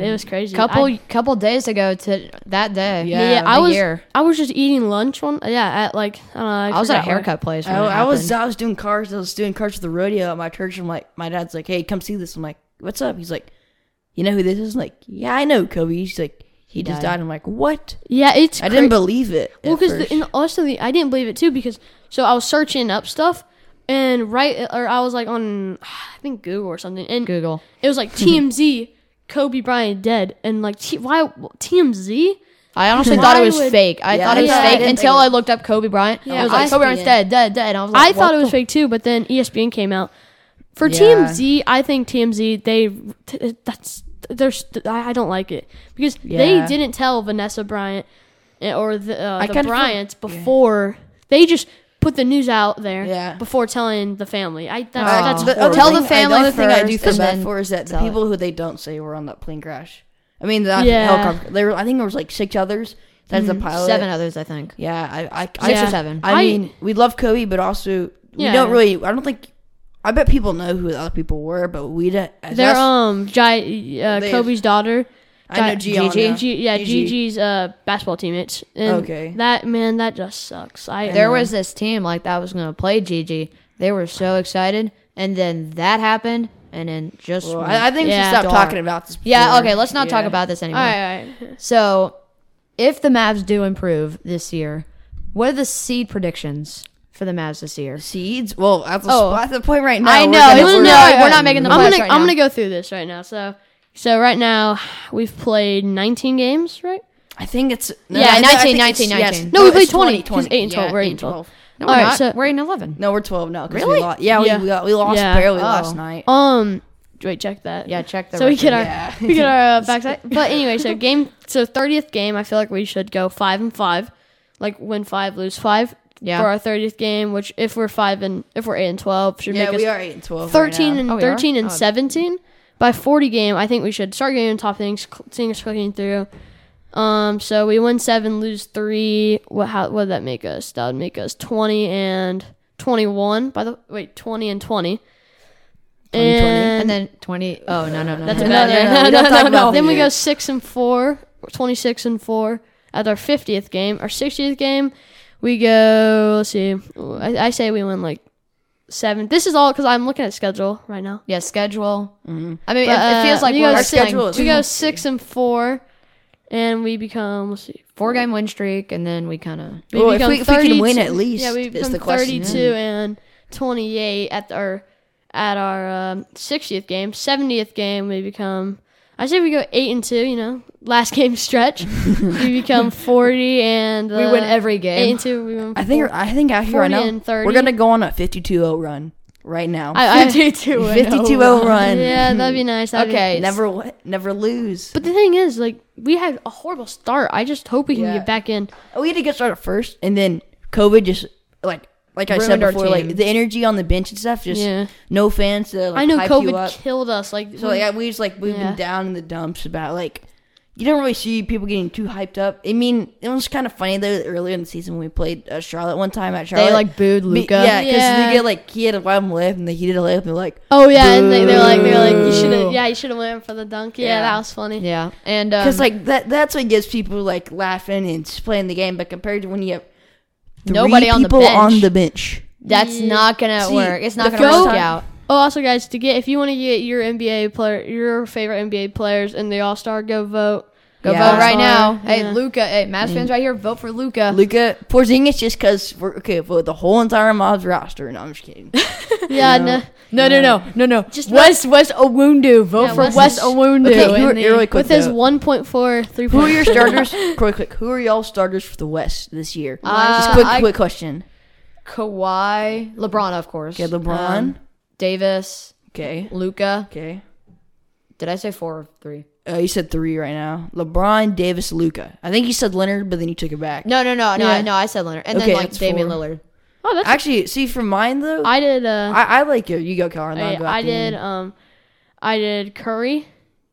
Sad. It was crazy. Couple I, couple days ago to that day. Yeah. yeah, I the was year. I was just eating lunch one. Yeah, at like I don't know. I, I was at a forgot where. haircut place. I, When it Oh, I was happened. I was doing cars. I was doing cars for the rodeo at my church. I'm like, my dad's like, hey, come see this. I'm like, what's up? He's like, you know who this is? I'm like, yeah, I know Kobe. He's like, he just Died. died. I'm like, what? Yeah, it's I didn't cra- believe it. well at because first. and also the, I didn't believe it too because so I was searching up stuff and right or I was like on I think Google or something and Google. it [LAUGHS] was like TMZ Kobe Bryant dead and like t- why TMZ I honestly thought it Why was would- fake. I Yeah, thought it was yeah, I fake didn't until think I looked up Kobe Bryant. Yeah, I was like, I- Kobe Bryant's yeah. dead, dead, dead. And I was I like, thought what it was the- fake too but then E ESPN came out for Yeah. TMZ I think TMZ they t- uh, that's there's I I don't like it because Yeah. they didn't tell Vanessa Bryant eh, or the, uh, I the kinda feel- Bryants before they just put the news out there Yeah. before telling the family. I that's, Oh. that's The- But horrible. Tell the thing- family Another thing I do first, feel and bad then for is that the tell it. people who they don't say were on that plane crash. I mean, the Yeah. helicopter. There, were- I think there was like six others. That's the pilot. seven others, I think. Mm-hmm. Yeah, I, I, I Six Yeah. or seven. I, I- mean, we love Kobe, but also we Yeah. don't really. I don't think. I bet people know who the other people were, but we don't. as Their us- um, Gi- uh, They- Kobe's daughter. I know Gi- Gianna. Gigi, Gi- yeah, Gigi. Gigi's uh basketball teammates. And Okay. That man, that just sucks. I There was this team like that was going to play Gigi. They were so excited, and then that happened, and then just Well, I, I think we should Yeah. stop Darn. talking about this. yeah. before. Okay, let's not talk Yeah. about this All anymore. right, all right. So, if the Mavs do improve this year, what are the seed predictions for the Mavs this year? seeds. Well, at the, Oh. spot- at the point right now, I we're know, Oh, gonna- it's we're not- gonna- we're not making the I'm playoffs gonna right I'm now. gonna go through this right now. So so right now we've played 19 games, right? I think it's no, Yeah, I think- I 19, think it's- 19, yes. 19. No, we it's played 20, 'cause eight and Yeah, 12, we're eight and 12. No, All we're right, not. so- we're in eleven. No, we're twelve now. 'cause Really? We lost, yeah, Yeah. We, got, we lost Yeah. barely Oh. last night. Um, wait, check that. Yeah, check the So we get our record. Yeah. [LAUGHS] we get our [LAUGHS] uh, backside. But anyway, so game so thirtieth game, I feel like we should go five and five, like win five, lose five. Yeah. For our thirtieth game, which if we're five and if we're eight and twelve, should yeah, make we us are eight and twelve. thirteen right and Oh, we are? thirteen and Oh. seventeen. By forty game, I think we should start getting on top of things, cl- seeing us clicking through. Um, so we win seven, lose three. What how what would that make us? That would make us twenty and twenty one. By the wait, twenty and twenty. 20. And [LAUGHS] then twenty. Oh no no no. That's no. bad. another. No, no, No, no, we no, don't talk no, about Then we Hoosier. go six and four, 26 and four at our 50th game. Our 60th game, we go. Let's see. I, I say we win like seven. This is all because I'm looking at schedule right now. Yeah, schedule. Mm-hmm. I mean, But, it, it feels uh, like you we're guys- playing schedule is- We go six and four, and we become. Let's see. four game win streak, and then we kind of We Well, if become we- if we can win 32 at least Yeah, we is become the question. 32 and 28 at our at our um, 60th game. 70th game, we become. I say we go eight and two. You know, last [LAUGHS] game stretch, [LAUGHS] we become forty and uh, We win every game. Eight and two, we win. I think I think out here right 40 now and 30. we're gonna go on a 52-0 run right now. I, I, 52 and 52-0 run. [LAUGHS] yeah, that'd be nice. that'd be Okay, nice. Never w- never lose. But the thing is, like, we had a horrible start. I just hope we can Yeah. get back in. we had to get started first, and then COVID just like like I said Ruined our before, like team. the energy on the bench and stuff. Just Yeah. no fans to like, I know hype you COVID up. killed us. Like, So yeah, we just like we've Yeah. been down in the dumps about like you don't really see people getting too hyped up. I mean, it was kind of funny though. Earlier in the season, when we played uh, Charlotte one time at Charlotte, like, booed Be- Luka. Yeah, because Yeah. Luka like he had a wide left and like, he did a layup and like oh yeah, and they, they're like, they're like, you Boo. should have, yeah, you should have went for the dunk. Yeah, Yeah. that was funny. Yeah, and um, because like that that's what gets people like laughing and just playing the game. But compared to when you have three Nobody on the people bench. on the bench, that's not gonna See, work. It's not the gonna first work time- out. Oh, also, guys, to get if you want to get your NBA player, your favorite NBA players in the All Star, [LAUGHS] go vote. Go Yeah. vote right now. Yeah. Hey, Luca. Hey, Mavs fans right here, vote for Luca. Luca Porzingis just because we're okay for the whole entire mob's roster. No, I'm just [LAUGHS] kidding. Yeah, uh, no. No, no, no, no, no. Just West West Owundu. Vote Yeah, for Wes West, is- Owundu. okay, in you're, the- you're really quick with his though. 1.4 three Who are point. your starters? quick, quick. Who are y'all starters for the West this year? Uh, Just quick, I- quick question. Kawhi, LeBron, of course. Okay, LeBron. Um, Davis, okay. Luca. Okay. Did I say four or three? Uh, you said three right now. LeBron, Davis, Luca. I think you said Leonard, but then you took it back. No, no, no, no, Yeah. no. I said Leonard, and Okay, then like that's Damian four. Lillard. Oh, that's Actually, see, for mine though, I [LAUGHS] I did. Uh, I, like your you go, Colin. I, I'll go I after you. did. Um, I did Curry.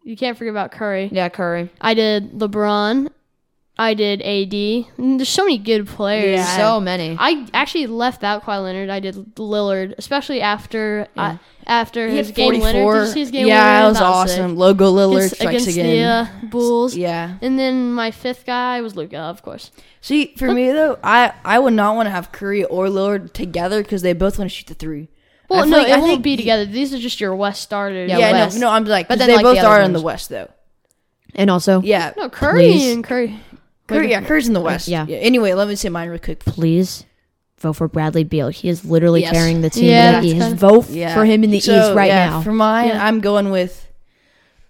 You can't forget about Curry. Yeah, Curry. I did LeBron. I did AD. Mm, There's so many good players. Yeah. So many. I actually left out Kawhi Leonard. I did Lillard, especially after I, after He his had game winner. Did 44. you see his game winner? yeah, that was sick. awesome. Logo Lillard Against, strikes against again. the uh, Bulls. yeah. And then my fifth guy was Luca, of course. See, for me though, I I would not want to have Curry or Lillard together because they both want to shoot the three. Well, I no, think- it I won't think be he- together. These are just your West starters. Yeah, Yeah, no, West. no, I'm like, But but then, they like, the both other are in ones. the West though. and also, Yeah, No, Curry Please. and Curry. Curry, yeah, Curry's in the West. yeah. Yeah. Anyway, let me say mine real quick. please vote for Bradley Beal. He is literally Yes. carrying the team in Yeah, the that's East. kinda- vote Yeah. for him in the So, East right yeah, now. For mine, Yeah. I'm going with.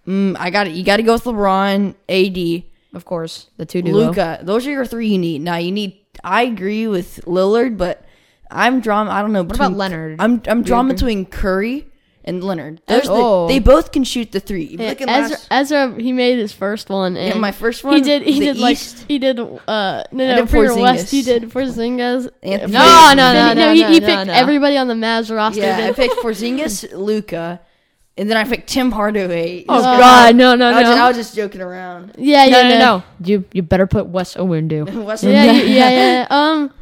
Mm, I got it. You got to go with LeBron, AD, of course, the two duo. Luca. Those are your three you need. Now you need. I agree with Lillard, but I'm drawn. I don't know. What about Leonard? I'm I'm drawn between Curry and Leonard. Those the- Oh. they both can shoot the three. If you look at Ezra, last- Ezra, he made his first one. And my first He one, did. He the did like East. he did. Uh, no, no, did for West, Porzingis. he did Porzingis. Anthony- No, no, no, Then- no, he, no, he no, picked no. everybody on the Mavs roster. yeah, I didn't- picked Porzingis, [LAUGHS] Luca, and then I picked Tim Hardaway. Oh Just- God, no, no, I no, was, just, I was just joking around. [LAUGHS] yeah, no, yeah, no, yeah. no. You you better put Wes Owundu. West Yeah, yeah, yeah, [LAUGHS] yeah. Um,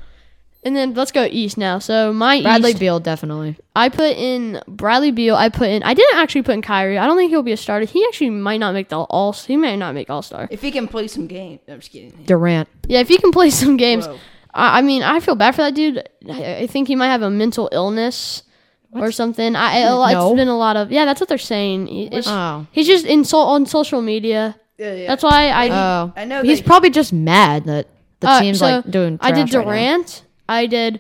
and then let's go east now. So my Bradley east, Beal definitely. I put in Bradley Beal. I put in. I didn't actually put in Kyrie. I don't think he'll be a starter. He actually might not make the all. He might not make all star. If he can play some game, I'm just kidding. Durant. Yeah, if he can play [LAUGHS] some games. Whoa. I, I mean, I feel bad for that dude. I, I think he might have a mental illness or something. I it, No. has been a lot of yeah. That's what they're saying. He- It's, Oh. He's just in so, on social media. Yeah, yeah. That's why I Oh, I know He's that- probably just mad that the Uh, team's so like doing. I did trash right now. Durant. I did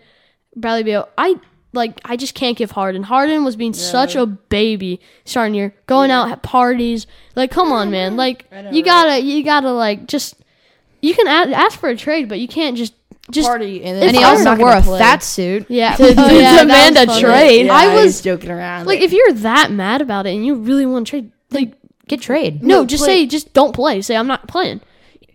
Bradley Beal. I like. I just can't give Harden. Harden was being such a baby starting year, going out at parties. Like, come [LAUGHS] on, man. Like, you gotta, you gotta like just. You can a- ask for a trade, but you can't just just party and and then he Harden's also not wore gonna a play. fat suit. yeah. [LAUGHS] to, Oh, to yeah, that demand was a funny. trade. Yeah, I was joking around. Like, if you're that mad about it and you really want to trade, like, get trade. no, No, just play- say just don't play. Say I'm not playing.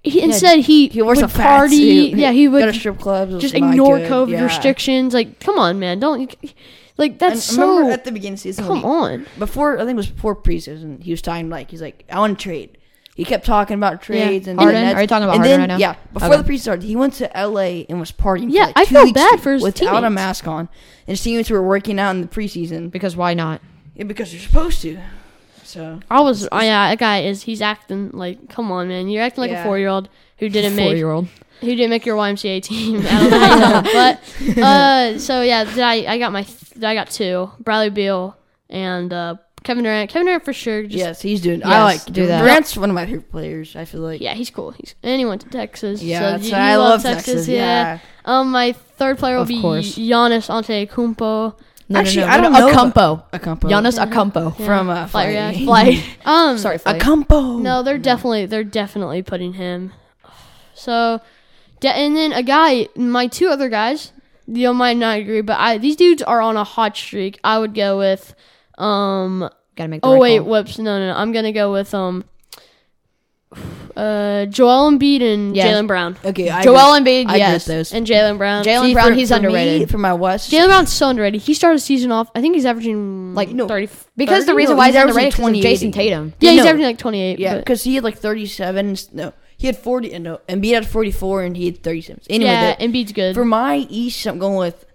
He, instead, he he wears would a fat party. suit. Yeah, he go to would strip clubs. just ignore COVID restrictions. restrictions. Like, come on, man, don't. you- Like And that's I remember so. at the beginning of the season, when Come he- on. before I think it was before preseason, he was talking like he's like, I want to trade. He kept talking about trades and Harden? the Nets. Are you talking about and Harden then, right now? Yeah, before Okay. the preseason started, he went to LA and was partying. for Yeah, like I two felt weeks bad straight for his without a teammates. mask on, and his teammates were working out in the preseason Because why not? yeah, because you're supposed to. So I was. I, yeah, that guy is. He's acting like. Come on, man. You're acting like a Yeah. four year old who didn't make. Four-year-old. Who didn't make your YMCA team? [LAUGHS] I don't know. how you know, [LAUGHS] but uh, so yeah, did I? I got my. Th- I got two. Bradley Beal and uh, Kevin Durant. Kevin Durant for sure. Just, yes, he's doing. Yes, I like do that. Durant's one of my favorite players. I feel like. Yeah, he's cool. He's and he went to Texas. Yeah, so that's you- why you I love Texas, yeah. Um, my third player will Of be course. Giannis Antetokounmpo. No, no, Actually, no, I no, don't no, know, but- Acampo. Acampo. Giannis Acampo. from uh, Flight, yeah. Flight. Flight. [LAUGHS] Um, Sorry, Flight. Acampo. No, they're definitely they're definitely putting him. So, de- and then a guy, my two other guys, you might not agree, but I these dudes are on a hot streak. I would go with, um, Gotta make the oh right wait, call. whoops, no, no, no, I'm gonna go with um, uh, Joel Embiid and Yeah. Jalen Brown Okay, I Joel agree- Embiid, I agree yes. with those. and Jalen Brown. Jalen See, Brown, for- he's for me, underrated. for my watch. Jalen Brown's so underrated. He started the season off. I think he's averaging like Like, no, thirty. Because the 30? reason No, why he's he's underrated averaging is 28. Jason Tatum. Yeah, he's no. averaging like twenty eight. Yeah, Yeah, because he had like 37. No, he had 40. No, Embiid had 44 and he had 37. Anyway, yeah, that- Embiid's good. for my East, I'm going with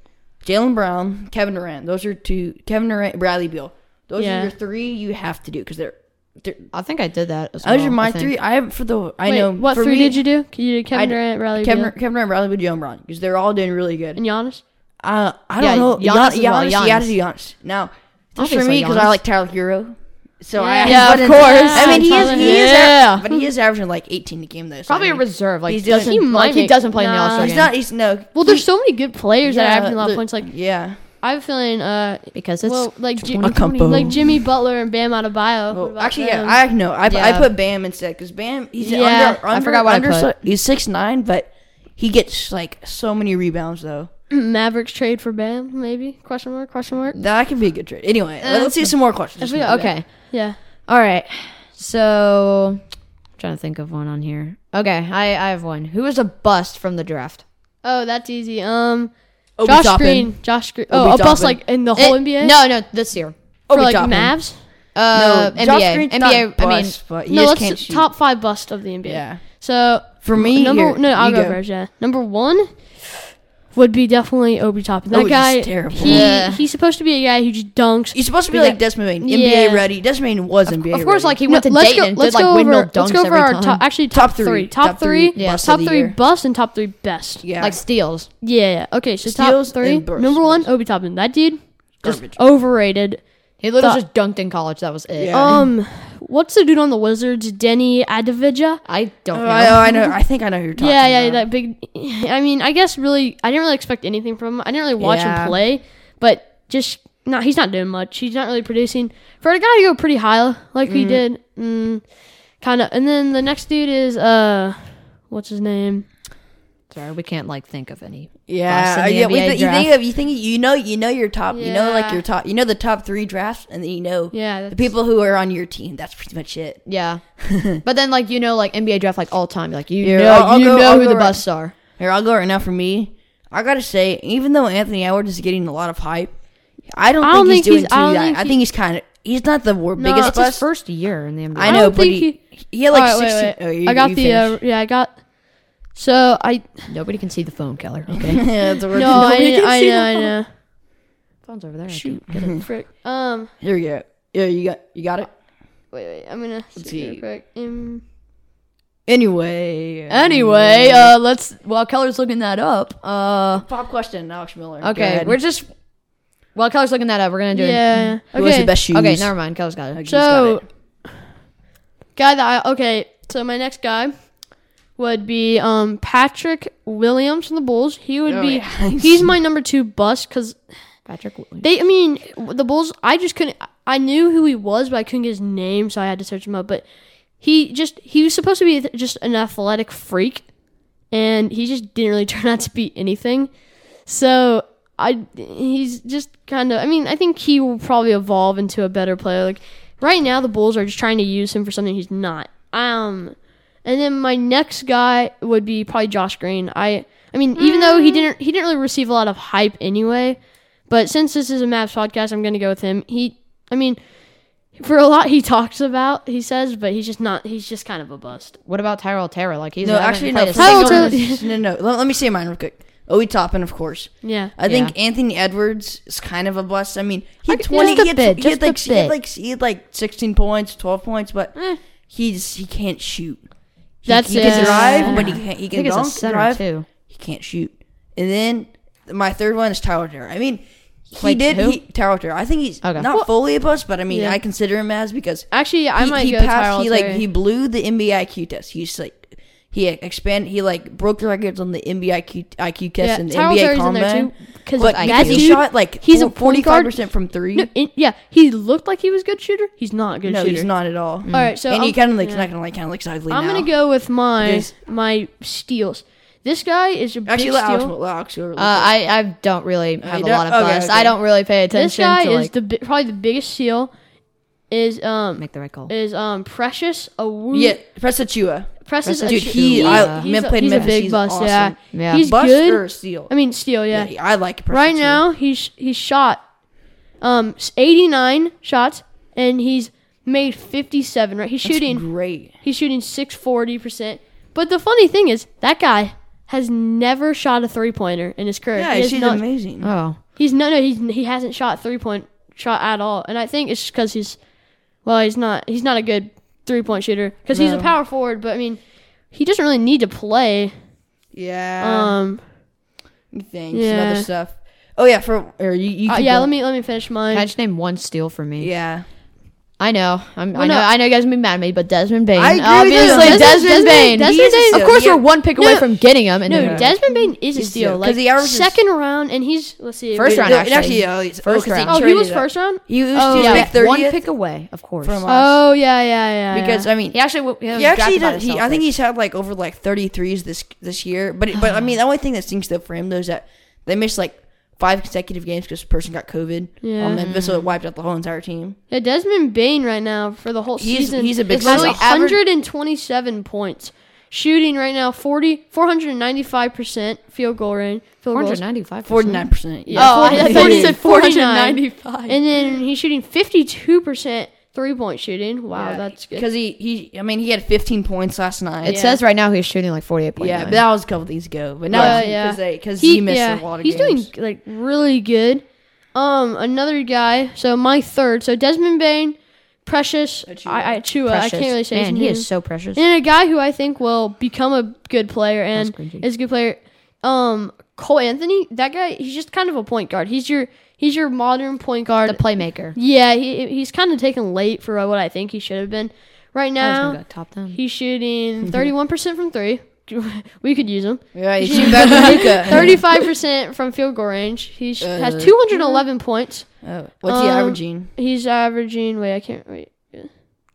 Jalen Brown, Kevin Durant. Those are two. Kevin Durant, Bradley Beal. Those Yeah. are your three you have to do because they're. they're I think I did that as well. those are my I think. three. I have for the. I Wait, know what for three me, did you do? You did Kevin I- Durant, Riley, Kevin, Beal, Kevin Durant, Bradley Beal, Jalen Brown because they're all doing really good. and Giannis. Uh, I Yeah, don't Giannis know. Gian- as well, Giannis, you gotta Giannis. do Giannis. Now, just for Obviously me because Giannis. I like Tyler Hero. So I Yeah. Yeah, but of in- course. I mean, he is. Tyler He is Hero. a- but he is averaging like 18 a game though. So Probably I a mean, reserve. Like He he doesn't- doesn't. He might like he make- doesn't play in the nah. All Star He's game not. He's no. Well, there's so many good players that yeah, are having a lot of look, points. Like yeah. I have a feeling, uh, because it's well, like Ji- Acampo. like Jimmy Butler and Bam Adebayo. What Well, about actually, them? yeah, I know. I, I Yeah. put Bam instead because Bam, he's Yeah, under, under. I forgot what I under, put. so- He's six nine, but he gets like so many rebounds though. [CLEARS THROAT] Mavericks trade for Bam, maybe? Question mark? Question mark? That could be a good trade. Anyway, let- let's see some more questions. I forgot- Uh, okay. Yeah. All right. So I'm trying to think of one on here. Okay, I I have one. Who is a bust from the draft? Oh, that's easy. Um, Obi Josh Toppin. Green. Josh Green. Oh, a Obi bust Toppin. Eh, like in the whole It- NBA. Eh, No, no, this year. for Obi like Toppin. Mavs. Uh, No, Josh NBA, Green's not NBA. I mean, bust, but he No, just let's can't shoot. top five bust of the NBA. Yeah. So For me, number here, no, I'll you go, go. first. Yeah, number one would be definitely Obi Toppin. That Obi's guy, terrible. he Yeah. he's supposed to be a guy who just dunks. He's supposed to be Yeah. like Desmond Bain, NBA Yeah. ready. Desmond Bain was NBA. of course, ready. like he went No, to let's Dayton go, and did let's like go windmill over, let's dunks go over every our time, top, actually Top top, three. three, Top top three three, bust of top the three year. bust and top three best. Yeah, yeah, like steals. yeah. Okay, so Steals top three. and bursts. Number one, Obi Toppin. That dude just Garbage. overrated. He literally just Thought- dunked in college. That was it. Yeah. Um, what's the dude on the Wizards? Denny Adavija. I don't Oh, know. I, oh, I know. I think I know who you're talking. Yeah, yeah, about. that big. I mean, I guess really, I didn't really expect anything from him. I didn't really watch Yeah. him play, but just not. He's not doing much. He's not really producing for a guy to go pretty high like he did. Mm, kind of. And then the next dude is uh, what's his name? Sorry, we can't like think of any. Yeah, bust in uh, the yeah. we NBA th- you draft. think of you think you know you know your top. You know like Yeah. your top. You know the top three drafts, and then you know Yeah, the that's- people who are on your team. That's pretty much it. [LAUGHS] Yeah, but then like you know like NBA draft like all time like you Yeah, know I'll- I'll you go- know I'll who go the right- busts are. Here, I'll go right now for me. I gotta say, even though Anthony Edwards is getting a lot of hype, I don't, I don't think, he's think doing he's- too I don't that. think I think he's kind of he's not the wor- No, biggest It's his bust. first year in the NBA. I know, don't but think he, he had like All right, 16. wait, wait. oh, you- I got you the finish. uh, yeah, I got. So I [LAUGHS] Nobody can see the phone, Keller. Okay, yeah, [LAUGHS] that's the word. [LAUGHS] no, I, I know, I know. [LAUGHS] phone's over there. I can't get it. Frick. Um, Here we go. Yeah, you got you got it. wait, wait. I'm gonna see. see. real quick. Um, Anyway, Anyway, uh, let's while Keller's looking that up. Uh, pop question, Alex Miller. Go okay, ahead. we're just while Keller's looking that up, we're gonna do yeah. who has the Okay. best it. shoes? Okay, never mind. Keller's got it. He's got So, it. guy that I okay. So my next guy would be um Patrick Williams from the Bulls. He would Oh, be yeah. [LAUGHS] he's my number two bust because Patrick Williams. they. I mean the Bulls. I just couldn't. I knew who he was, but I couldn't get his name, so I had to search him up. But he just he was supposed to be th- just an athletic freak, and he just didn't really [LAUGHS] turn out to be anything. So I he's just kind of I mean I think he will probably evolve into a better player. Like right now the Bulls are just trying to use him for something he's not. Um and then my next guy would be probably Josh Green. I I mean even though he didn't he didn't really receive a lot of hype anyway, but since this is a Mavs podcast, I'm going to go with him. He I mean for a lot he talks about, he says, but he's just not he's just kind of a bust. What about Tyrell Terra? Like he's No, actually, no. A for me, single- How old no, no, no. Let, let me say mine real quick. Obi Toppin, of course. Yeah. I think Yeah. Anthony Edwards is kind of a bust. I mean, he had Like, twenty. just a he, had, bit, he, had just a like, he had bit. Eh. like he had like sixteen points, twelve points, but he's he can't shoot. He, That's he can it. drive, but he can't. He I think can it's a dunk, center drive. too. He can't shoot. And then my third one is Tyler Terry. I mean, he Wait, did who? he, Tyler Terry. I think he's Okay. not fully a bust, but I mean, Yeah. I consider him as because Actually, I he, might he go passed. Tyrell he like Terry. he blew the NBA IQ test. He's like He expanded. He like broke the records on the NBA IQ, IQ test Yeah, and the Tyrell NBA Terry's in there, combat. too, 'cause but that because he dude- shot like he's a forty point five guard. percent from three. No, in- yeah, he looked like he was a good shooter. He's not a good No, shooter. he's not at all. All right, so and I'm, he kind of like yeah. not gonna like kind of like sidely I'm now. gonna go with my Because- my steals. This guy is a actually big um, let Alex, steal. let Alex go. Uh, I I don't really have a don't- lot of okay, thoughts. okay. I don't really pay attention. This guy to, is like, the bi- probably the biggest steal. Is um make the right call. is um Precious Awu? yeah, Presachua. Precious Precious Awu- Dude, he- he's- I- he's man a- played he's a Memphis, big he's bust. awesome. Yeah, Yeah. he's Bust good. or steal? I mean, steal. Yeah, yeah, I like Presachua. right now he's he's shot um 89 shots and he's made 57 right he's shooting great. he's shooting 640% but the funny thing is that guy has never shot a three pointer in his career Yeah, He has she's not- Um, amazing. Oh, he's no no he's, he hasn't shot three point shot at all and i think it's because he's well he's not he's not a good three point shooter because he's a No. power forward but i mean he doesn't really need to play yeah. um things and yeah. other stuff. Oh yeah, for or you, you uh, keep yeah going. let me let me finish mine can I just name one steal for me? Yeah. I know. I'm, I no. know. I know you guys are gonna be mad at me, but Desmond Bain. I agree with you. obviously, Desmond- Desmond, Desmond- Bain. Desmond He's a Bain. steal. Of course, Yeah. we're one pick away No. from getting him. And No, then- Desmond Bain is a He's steal. still- Like 'cause he averages- second round, and he's let's see. First wait, round, No, actually. actually, yeah, he's- First oh, 'cause round. Oh, he traded was up. first round. He was Oh, oh, yeah. pick one thirtieth pick away, of course. from us. Oh yeah, yeah, yeah. because uh, yeah. I mean, he actually, w- was he actually drafted by did. the He, I Celtics. think he's had like over like thirty threes this this year. But it- but Oh. I mean, the only thing that stinks though for him though is that they missed like five consecutive games because a person got COVID. Yeah. on Memphis, so it wiped out the whole entire team. yeah, Desmond Bain right now for the whole He's- season. he's a big is literally steal. Average- 127 points, shooting right now 40 495 percent field goal range. Field goals. 495. Forty nine percent. Yeah, Oh, I 40 thought you said 49. 495. And then he's shooting 52 percent three point shooting. Wow, Oh, that's good. Because he he I mean he had fifteen points last night. It Yeah. says right now he's shooting like 48.9. yeah, but that was a couple days ago. But now Yeah, yeah. because they because he, missed a lot of he's games. doing like really good. Um, another guy. So my third. So Desmond Bain, Precious, Achua. I, I, Achua, I precious. can't really say Man, his name. he is so precious. and a guy who I think will become a good player and That's cringy. is a good player. Um, Cole Anthony. That guy. He's just kind of a point guard. He's your he's your modern point guard. The playmaker. yeah, he, he's kind of taken late for what I think he should have been. Right I was gonna now, go top them. [LAUGHS] he's shooting thirty-one percent from three. [LAUGHS] we could use him. yeah, [LAUGHS] he's shooting better than Luka. Thirty-five percent from field goal range. He sh- Uh, has two hundred eleven points. Oh, what's he Um, averaging? He's averaging. Wait, I can't. Wait,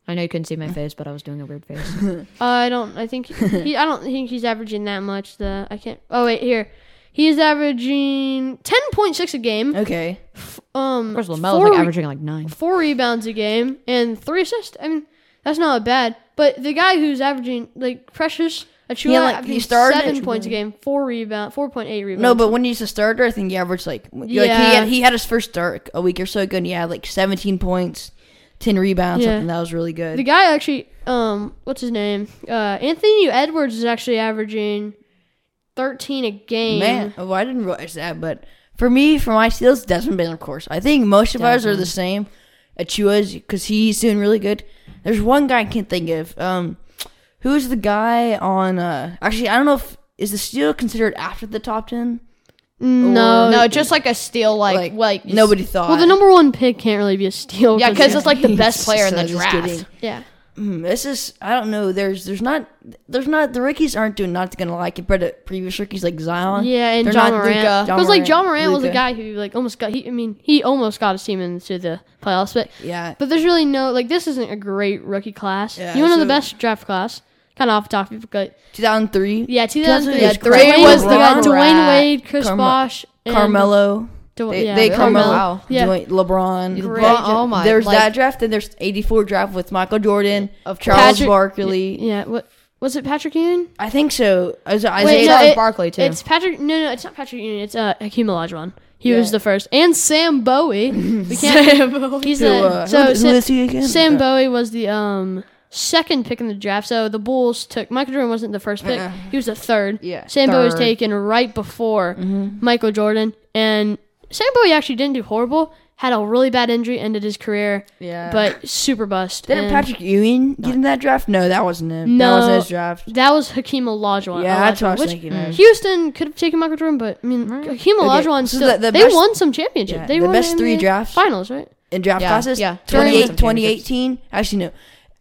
I know you couldn't see my face, but I was doing a weird face. Uh, I don't. I think he. I don't think he's averaging that much. The I can't. Oh wait, here. He is averaging ten point six a game. Okay. Um, Of course, LaMelo's four, like re- averaging like nine. four rebounds a game and three assists. I mean, that's not bad. But the guy who's averaging like Precious Achua Yeah, like, he averaging started seven at- points a game, four rebound, four point eight rebounds. No, but when he's a starter, I think he averaged like, like he, Yeah. had, he had his first start a week or so ago, and he had like 17 points, 10 rebounds, Yeah. something that was really good. The guy actually, um, what's his name? Uh, Anthony Edwards is actually averaging thirteen a game. Man, oh, I didn't realize that, but for me, for my steals, Desmond Bain, of course. I think most of ours are the same. Achua's because he's doing really good. There's one guy I can't think of. Um, who's the guy on? uh Actually, I don't know if is the steal considered after the top 10. no, no, just like a steal, Like, nobody thought. Well, the number one pick can't really be a steal. Yeah, because it's like the best player in So the just kidding. draft. [LAUGHS] yeah, Mm, This is I don't know. There's there's not there's not the rookies aren't doing not gonna like it, but uh, previous rookies like Zion, yeah, and they're John not Morant. Luka. Because like John Morant was a Luka. guy who like almost got. He, I mean, he almost got his team into the playoffs, but Yeah, but there's really no like this isn't a great rookie class. Yeah, you want to know the so- best draft class? Kind of off topic, but 2003. yeah, 2003. Yeah, three Dwayne- was the you got Dwayne crap. Wade, Chris Carme- Bosh, and- Carmelo. Dw- They, yeah, they really? Carmelo. Wow. Yeah. Dwayne- LeBron. Great. That- Oh my, There's like- that draft, and there's 84 draft with Michael Jordan, Of of Charles Patrick- Barkley. Yeah, what was it? Patrick Union? I think so. I was, I Wait, was- no, Charles Barkley, too. It's Patrick. No, no, it's not Patrick Union. It's uh, Hakeem Olajuwon. He was Yeah. the first, and [LAUGHS] Sam Bowie. We can't, Sam Bowie. He's who, a, uh, so who, who Sam, is he again? Sam Uh, Bowie was the um second pick in the draft. So the Bulls took Michael Jordan wasn't the first pick. [LAUGHS] Uh-uh. He was the third. Yeah, Mm-hmm. Sam Bowie was third. taken right before Michael Jordan, and Sam Bowie actually didn't do horrible. Had a really bad injury, ended his career. Yeah. but super bust. Didn't and Patrick Ewing get in that draft? No, that wasn't him. No. That wasn't his draft. That was Hakeem Olajuwon. Yeah, that's what I was Olajuwon, which thinking of. Houston could have taken Michael Jordan, but I mean, Hakeem Olajuwon so still. the- the they best- won some championships. Yeah, they the won best three NBA drafts. finals, right? in draft Yeah, classes. yeah. 28, Tournament. 2018. Actually, no.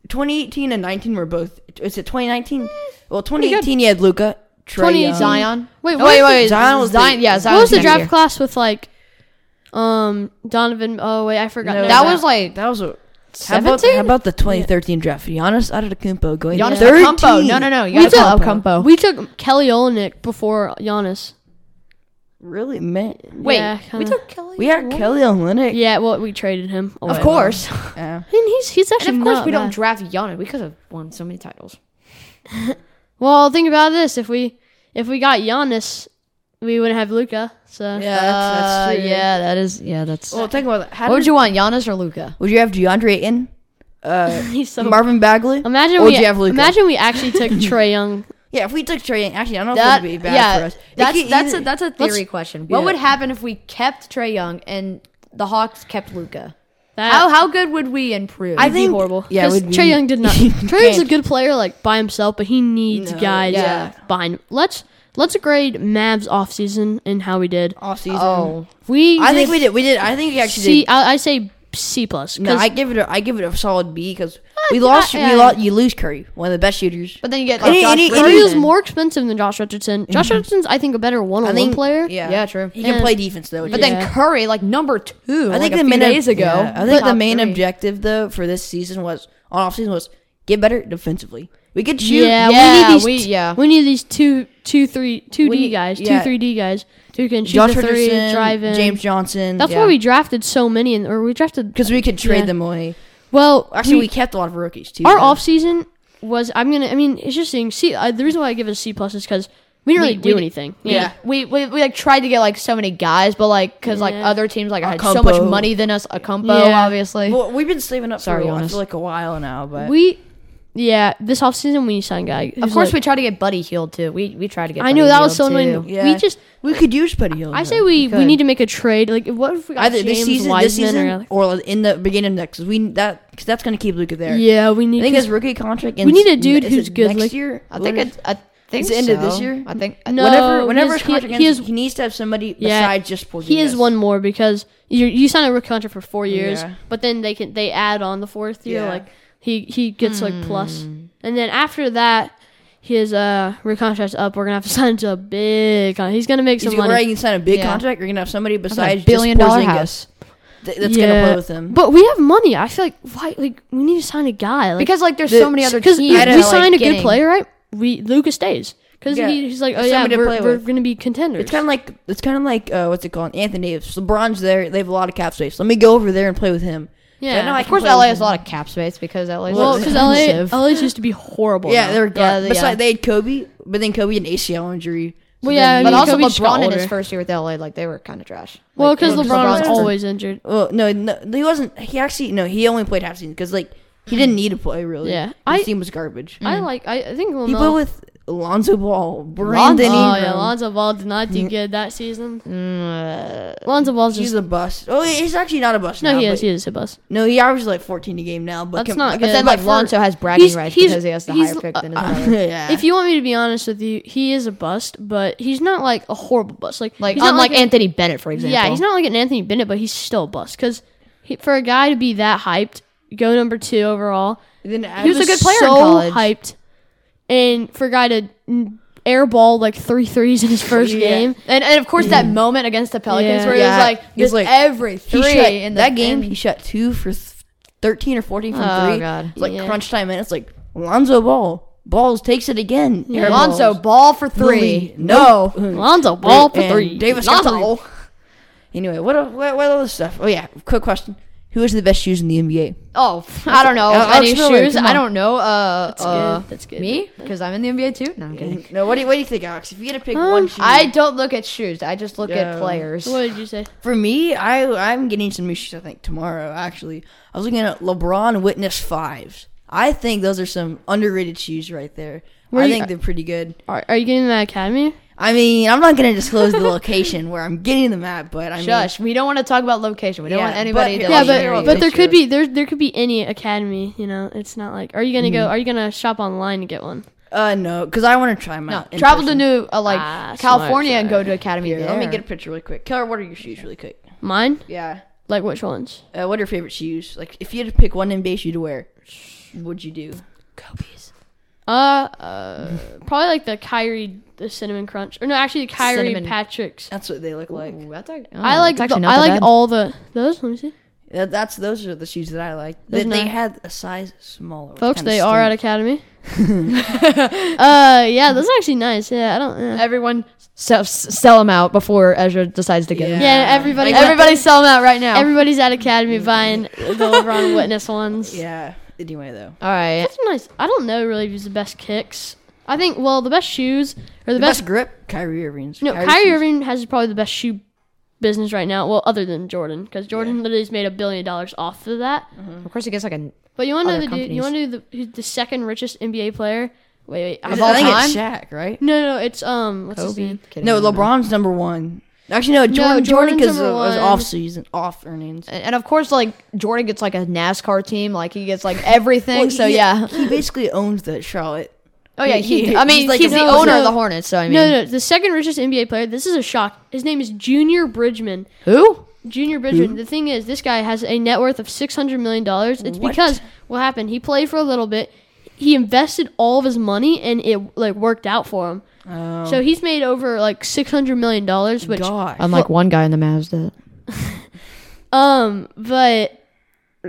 2018 and 19 were both. Is it 2019? Well, 2018 you had Luca, Trey, 2018 Young. Zion. Oh, Wait, what wait, was wait. the- Zion was the- Zion. Yeah, Zion What was the next draft year. class with like, um, Donovan? Oh wait, I forgot. No, No, That was like That was a. How about, how 17? about the 2013 draft? Giannis Antetokounmpo going Giannis third Ocampo. No, no, no. We Giannis took, Ocampo. we took Kelly Olynyk before Giannis. Really, man. Wait, yeah, we kinda. took Kelly. We had Kelly Olynyk. Yeah, well, we traded him. away. of course, [LAUGHS] Yeah. and he's he's actually and of course not we don't bad. draft Giannis. We could have won so many titles. Well, think about this: if we if we got Giannis, we wouldn't have Luca. So Yeah, that's, that's true. Uh, yeah, that is. Yeah, that's. Well, think about that. How what would did- you want, Giannis or Luca? Would you have DeAndre Ayton, uh, [LAUGHS] he's so. Marvin Bagley? imagine or we would you have Luka? imagine we [LAUGHS] actually took Trey Young. yeah, if we took Trey Ayton, actually, I don't know if it would be bad for us. It That's could that's either- a that's a let's- theory question. What yeah. would happen if we kept Trey Young and the Hawks kept Luca? That, How how good would we improve? I think horrible. Yeah, it Because would be- Trey Young [LAUGHS] did not. Trey Young's a Can't- good player, like by himself, but he needs No, guys yeah. behind. him. Let's let's grade Mavs off season and how we did. off season. Oh, We I think we did. We did. I think we actually C. did. I, I say C plus. No, 'cause I give it. A, I give it a solid B because we lost. yeah, we yeah. lost. You lose Curry, one of the best shooters. but then you get And he- Josh and he- and Richardson. Curry is more expensive than Josh Richardson. Josh Richardson's, I think, a better Mm-hmm. I one-on-one think player. Yeah, Yeah, true. He can And- play defense though. But which is- then Yeah. Curry, like number two, I think the a few main days ago. yeah, I think Top the main three. objective though for this season was on off season was get better defensively. We could shoot. Yeah, Yeah, we need these. we- t- yeah. we need these two, two, three, two We- D guys, yeah. two three D guys who can shoot Josh the three, Richardson, drive in. James Johnson. That's why we drafted so many, and or we drafted. because we could trade Yeah. them away. Well, Actually, we, kept a lot of rookies too. our though. offseason was i'm gonna i mean it's just seeing c I, the reason why i give it a c plus is because we didn't We- really do we- anything Yeah, we, we we like tried to get like so many guys, but like because like Yeah. other teams like had so much Ocampo. money than us. A combo, Yeah. obviously. Well, we've been saving up Sorry, for a while, I Giannis. feel like a while now, but we yeah this offseason we signed guy of course, we tried to get Buddy healed too. We we tried to get. i know Buddy that was so Hield, annoying too. Yeah. we just we could use Buddy Hield. i though. say we we could. need to make a trade like what if we got either James this season, Wiseman this or season, like- or in the beginning of next. 'cause We that because that's gonna keep Luca there. yeah we I need think cause- his rookie contract. we need a ends- dude is it who's good, next like- year. I think What it. I think Is it end of this so. year? I think No, whenever whenever his- his contract he- ends, he he, is- needs to have somebody Yeah. besides just Porzingis. he is one more because you you sign a rookie contract for four years, Yeah. but then they can they add on the fourth year. Yeah. Hmm. Like he he gets like plus, and then after that, his uh rookie contract's up. We're gonna have to [LAUGHS] sign him to a big. Con- he's gonna make He's some gonna, right, money. you can sign a big Yeah. contract. You're gonna have somebody That's a besides billion just dollar Porzingis house th- that's gonna play with him. But we have money. I feel like why like we need to sign a guy like, because like there's The- so many other because teams. we, that we are, like, signed a getting- good player, right? We Lucas stays because Yeah. he, he's like oh Somebody yeah to play we're, we're with. gonna be contenders. It's kind of like it's kind of like uh, what's it called? Anthony Davis. LeBron's there. They have a lot of cap space. Let me go over there and play with him. I Yeah. know I Of can course, play with LA has him. a lot of cap space because LA. well is because expensive. LA LA's used to be horrible. Yeah, now. they're Yeah, gone. the- Besides, yeah. they had Kobe, but then Kobe had an ACL injury. So Well, yeah, then- But I mean, also Kobe just got LeBron in his older. first year with LA, like they were kind of trash. well Like, because when LeBron's LeBron's always injured. well, no, no, he wasn't. He actually no, he only played half season because like he didn't need to play really. Yeah. his I- team was garbage. I like. I, I think He Lamelo. played with Alonzo Ball, Brandon oh yeah, Ingram. Lonzo Ball did not do good that season. Lonzo Ball's Mm. uh, He's just a bust. Oh, he's actually not a bust. no. now, he but- is. He is a bust. No, he averages like 14 a game now. But That's not But good. then, But like, for- Lonzo has bragging he's- rights he's- because he has the he's- higher pick than his uh, [LAUGHS] [LAUGHS] brother. yeah. If you want me to be honest with you, he is a bust, but he's not like a horrible bust. Like Like he's not unlike like Anthony Bennett, for a, example. yeah, he's not like an Anthony Bennett, but he's still a bust because for a guy to be that hyped, go number two overall, then he was, was a a good good player. player in So college. hyped, and for a guy to mm, airball like three threes in his first Yeah. game, And, and of course that moment against the Pelicans Yeah. where Yeah. he was like, He was just like- every three he shot, in the, that game, in- he shot two for th- 13 or 14 from Oh, three. God. It's like Yeah. crunch time minutes. Like Alonzo Ball, Balls takes it again. Air Lonzo balls. ball for three. Really? [LAUGHS] No. Lonzo Ball for And three, Davis got Lonzo. the ball. Anyway, what, el- what what other stuff? Oh yeah, quick question: Who has the best shoes in the NBA? Oh, I don't know. Alex Any Miller, shoes? come I on. don't know. Uh, that's good. That's good. Me? Because I'm in the NBA too. No, I'm kidding. No, what do you, what do you think, Alex? If you had to pick Um, one shoe, I don't look at shoes. I just look Yeah. at players. What did you say? For me, I I'm getting some issues. I think tomorrow actually. I was looking at LeBron Witness fives. I think those are some underrated shoes right there. Where I you- think they're pretty good. Are, are you getting that academy? I mean, I'm not gonna disclose the location where I'm getting them at, but I mean, Shush. We don't want to talk about location. We don't Yeah, want anybody but- to. yeah, like, hear but you. but there Pictures. could be there there could be any academy. You know, it's not like are you gonna go? Are you gonna shop online to get one? uh, no, because I want to try them no. out. in Travel to person. New uh, like Ah, California smart, and go to Academy. Here, there. let me get a picture really quick. Keller, what are your shoes really quick? Mine? Yeah. Like which ones? Uh, what are your favorite shoes? Like, if you had to pick one NBA shoe to wear, would you do? Kobe's. Uh, uh probably like the Kyrie, the cinnamon crunch, or no, actually the Kyrie Cinnamon. Oh, Patrick's. That's what they look like. Ooh, that's like, I like the, I like all the those. Let me see, That, that's those are the shoes that I like. Those They, they nice. had a size smaller. which folks. kinda They are at stinks. Academy. [LAUGHS] uh, yeah, those are actually nice. Yeah, I don't. Yeah, Everyone sell, sell them out before Ezra decides to get Yeah. them. yeah everybody. Everybody sell them out right now. Everybody's at Academy buying the LeBron Witness ones. Yeah. Anyway, though, all right. That's nice. I don't know really who's the best kicks. I think well the best shoes or the, the best, best grip, Kyrie Irving's. No, Irving's- Kyrie Irving has probably the best shoe business right now. Well, other than Jordan, because Jordan literally has made a billion dollars off of that. Of course, he gets like a. But you want to know Other the dude, companies. you want to know the, who's the second richest NBA player? Wait, wait, I'm Is it- all I think time? it's Shaq, right? [LAUGHS] no, no, it's um, what's his Kobe. name? Kidding, I No, don't know. LeBron's number one. Actually, no, Jordan. Jordan Jordan's because it number was one. off season, off earnings. And and of course, like Jordan gets like a NASCAR team, like he gets like everything. Well, so [LAUGHS] he- yeah, he basically owns that Charlotte. oh yeah, he. [LAUGHS] he- I mean, he's he's, like a- the No, owner no. of the Hornets. So I mean, No, no, the second richest NBA player. This is a shock. His name is Junior Bridgman. who? Junior Bridgman. The thing is, this guy has a net worth of six hundred million dollars. It's What? because what happened? He played for a little bit. He invested all of his money, and it like worked out for him. Oh So he's made over like six hundred million dollars, which gosh. Unlike one guy in the Mavs that um, but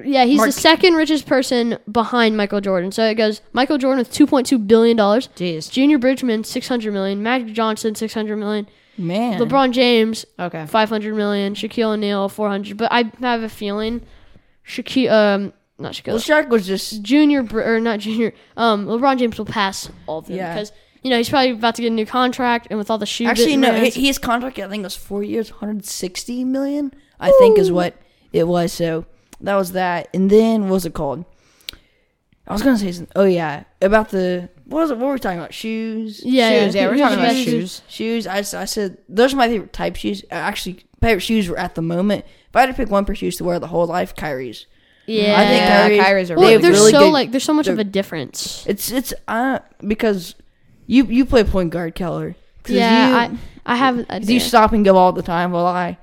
yeah, he's Mark- the second richest person behind Michael Jordan. So it goes Michael Jordan with two point two billion dollars, Jeez. Junior Bridgman six hundred million, Magic Johnson six hundred million, man, LeBron James Okay. 500 million, Shaquille O'Neal 400. But I have a feeling Shaquille, um, not Shaquille, Well, Shaq was just Junior Br- or not Junior, um, LeBron James will pass all of them Yeah. because you know he's probably about to get a new contract and with all the shoes. actually no. hi- His contract, I think, was four years, 160 million. I think is what it was. So that was that. And then what was it called? I was gonna say something. Oh yeah, about the what was it? What were we talking about? Shoes. yeah, shoes. Yeah, we're talking about Shoes. shoes. Shoes. I, s- I said those are my favorite type shoes. Uh, Actually, favorite shoes were at the moment. If I had to pick one pair of shoes to wear the whole life, Kyrie's. yeah, I think Yeah, Kyrie's, Kyrie's are they well, have there's really so good- like there's so much of they're- a difference. It's it's uh because you you play point guard, Keller. 'Cause you- Yeah, I I have. A, Do you stop and go all the time while I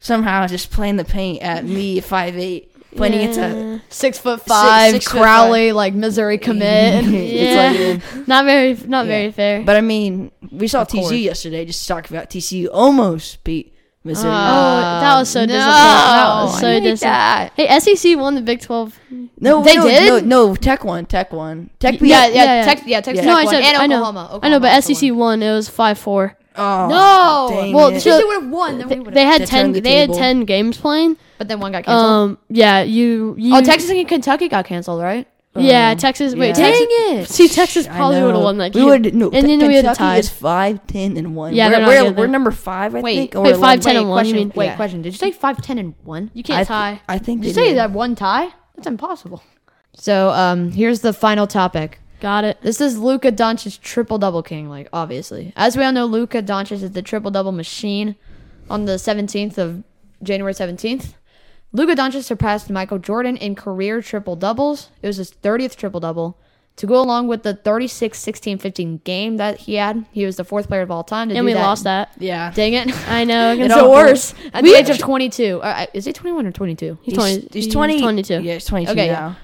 somehow just playing the paint at me five eight playing against a six foot five, six foot Crowley, like [LAUGHS] Missouri commit. yeah, [LAUGHS] not very, not very fair. But I mean, we saw TCU course. yesterday. Just talk about TCU almost beat [LAUGHS] Missouri. Oh, Uh, that was so disappointing. That was no, so I hate disappointing. that. Hey, SEC won the Big 12 no, they no, did? No, no, Tech won. Tech won. Tech beat. Yeah, yeah, yeah, yeah. Tex, yeah, Texas. No, Tech I won, said and I know. Oklahoma. I know, but Oklahoma SEC won. It was five four. Oh, won. No, Dang E well, it. if so- they would have won, then we They, would they have. had They ten. turned the they had table. ten games playing. But then one got canceled. Um, yeah, you, you. oh, Texas and Kentucky got canceled, right? Yeah, Texas. Wait, Oh. yeah. Texas. Dang it. See, Texas I probably know. would have won that game. We would. No, and then we had Kentucky tied. is five ten and one. Yeah, they're we're not we're, getting we're there. number five. I Wait, think. wait, we're five, eleven. ten, and one, you Question, mean? wait, Yeah. question. Did you say five, ten, and one? you I can't th- tie. I think Did they you say did. that one tie? That's impossible. So, um, here's the final topic. Got it. This is Luka Doncic triple double king, like obviously. As we all know, Luka Doncic is the triple double machine. On the 17th of January 17th, Luka Doncic surpassed Michael Jordan in career triple doubles. It was his 30th triple double. To go along with the 36, 16, 15 game that he had, he was the fourth player of all time to And do we that. lost that. Yeah. Dang it! [LAUGHS] I know. It's Against the all- worst. At the age of 22, Uh, is he 21 or 22? He's 20 He's, he's twenty. 22. Yeah, he's twenty two Okay, yeah. now.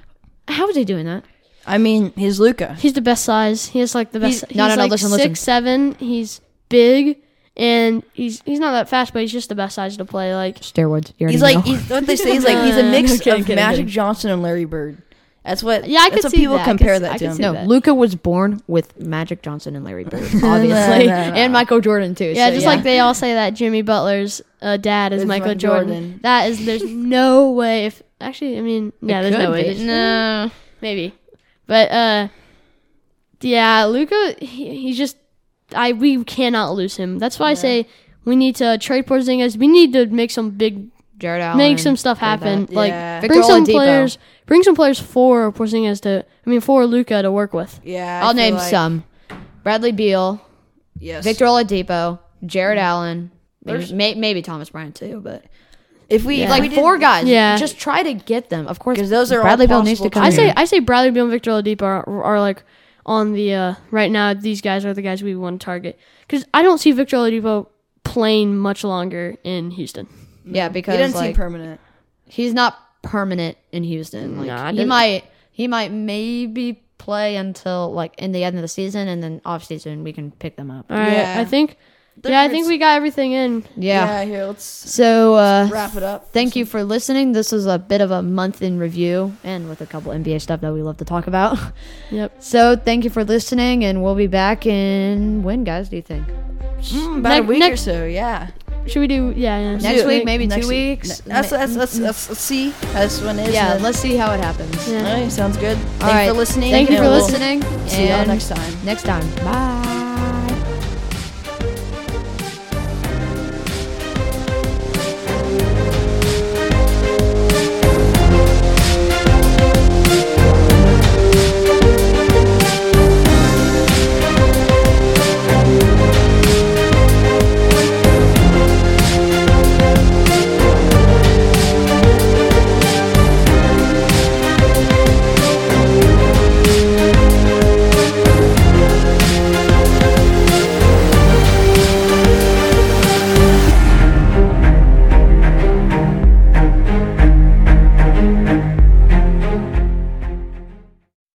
How is he doing that? I mean, he's Luca. He's the best size. He has like the best. He's- He's, no, no, no, like listen, six listen. seven. He's big, and he's he's not that fast, but he's just the best size to play. Like Steroids. You He's already like know. [LAUGHS] he's, what they say. He's like he's a No, mix no, kidding, of kidding, Magic kidding. Johnson and Larry Bird. That's what. Yeah, I that's could what see people that. I could compare see- that I to could him. see that. No, Luca was born with Magic Johnson and Larry Bird, obviously, [LAUGHS] [LAUGHS] no, no. and Michael Jordan too. Yeah, so, just yeah. like they all say that Jimmy Butler's uh, dad is Is Michael Michael Jordan. Jordan. That is, there's no way. If actually, I mean, yeah, there's no Could way. be. No. [LAUGHS] Maybe, but uh, yeah, Luca, he, he's just I. We cannot lose him. That's why I say we need to trade Porzingis. We need to make some big, Jared Allen. make some stuff happen. that. Like Yeah. Victor bring some Oladipo. players, bring some players for Porzingis to. I mean, for Luca to work with. Yeah, I I'll feel name like- some: Bradley Beal, Yes. Victor Oladipo, Jared Allen, maybe, may, maybe Thomas Bryant too. But If we if we like did- four guys, Yeah. just try to get them. Of course, 'Cause those are all Bradley Beal needs possible to come. I here. say I say Bradley Beal and Victor Oladipo are, are like on the uh, right now. These guys are the guys we want to target because I don't see Victor Oladipo playing much longer in Houston. yeah, He because doesn't like seem permanent. he's not permanent in Houston. Like Nah, I he didn't- might He might maybe play until like in the end of the season, and then off season we can pick them up. All right. Yeah. I think. There yeah, I is- think we got everything in. Yeah. here, let's So uh, wrap it up. Thank you for listening. This was a bit of a month in review and with a couple NBA stuff that we love to talk about. [LAUGHS] Yep. So thank you for listening and we'll be back in when guys do you think? Mm, about Nec- a week nec- or so, yeah. Should we do? Yeah. yeah. Next Yeah. week, maybe two week. weeks. Ne- That's, that's, that's, that's, let's see how this one is. Yeah, and then- let's see how it happens. Yeah. All right, sounds good. Thank right. you for listening. Thank you and for we'll listening. See y'all and next time. Next time. Bye.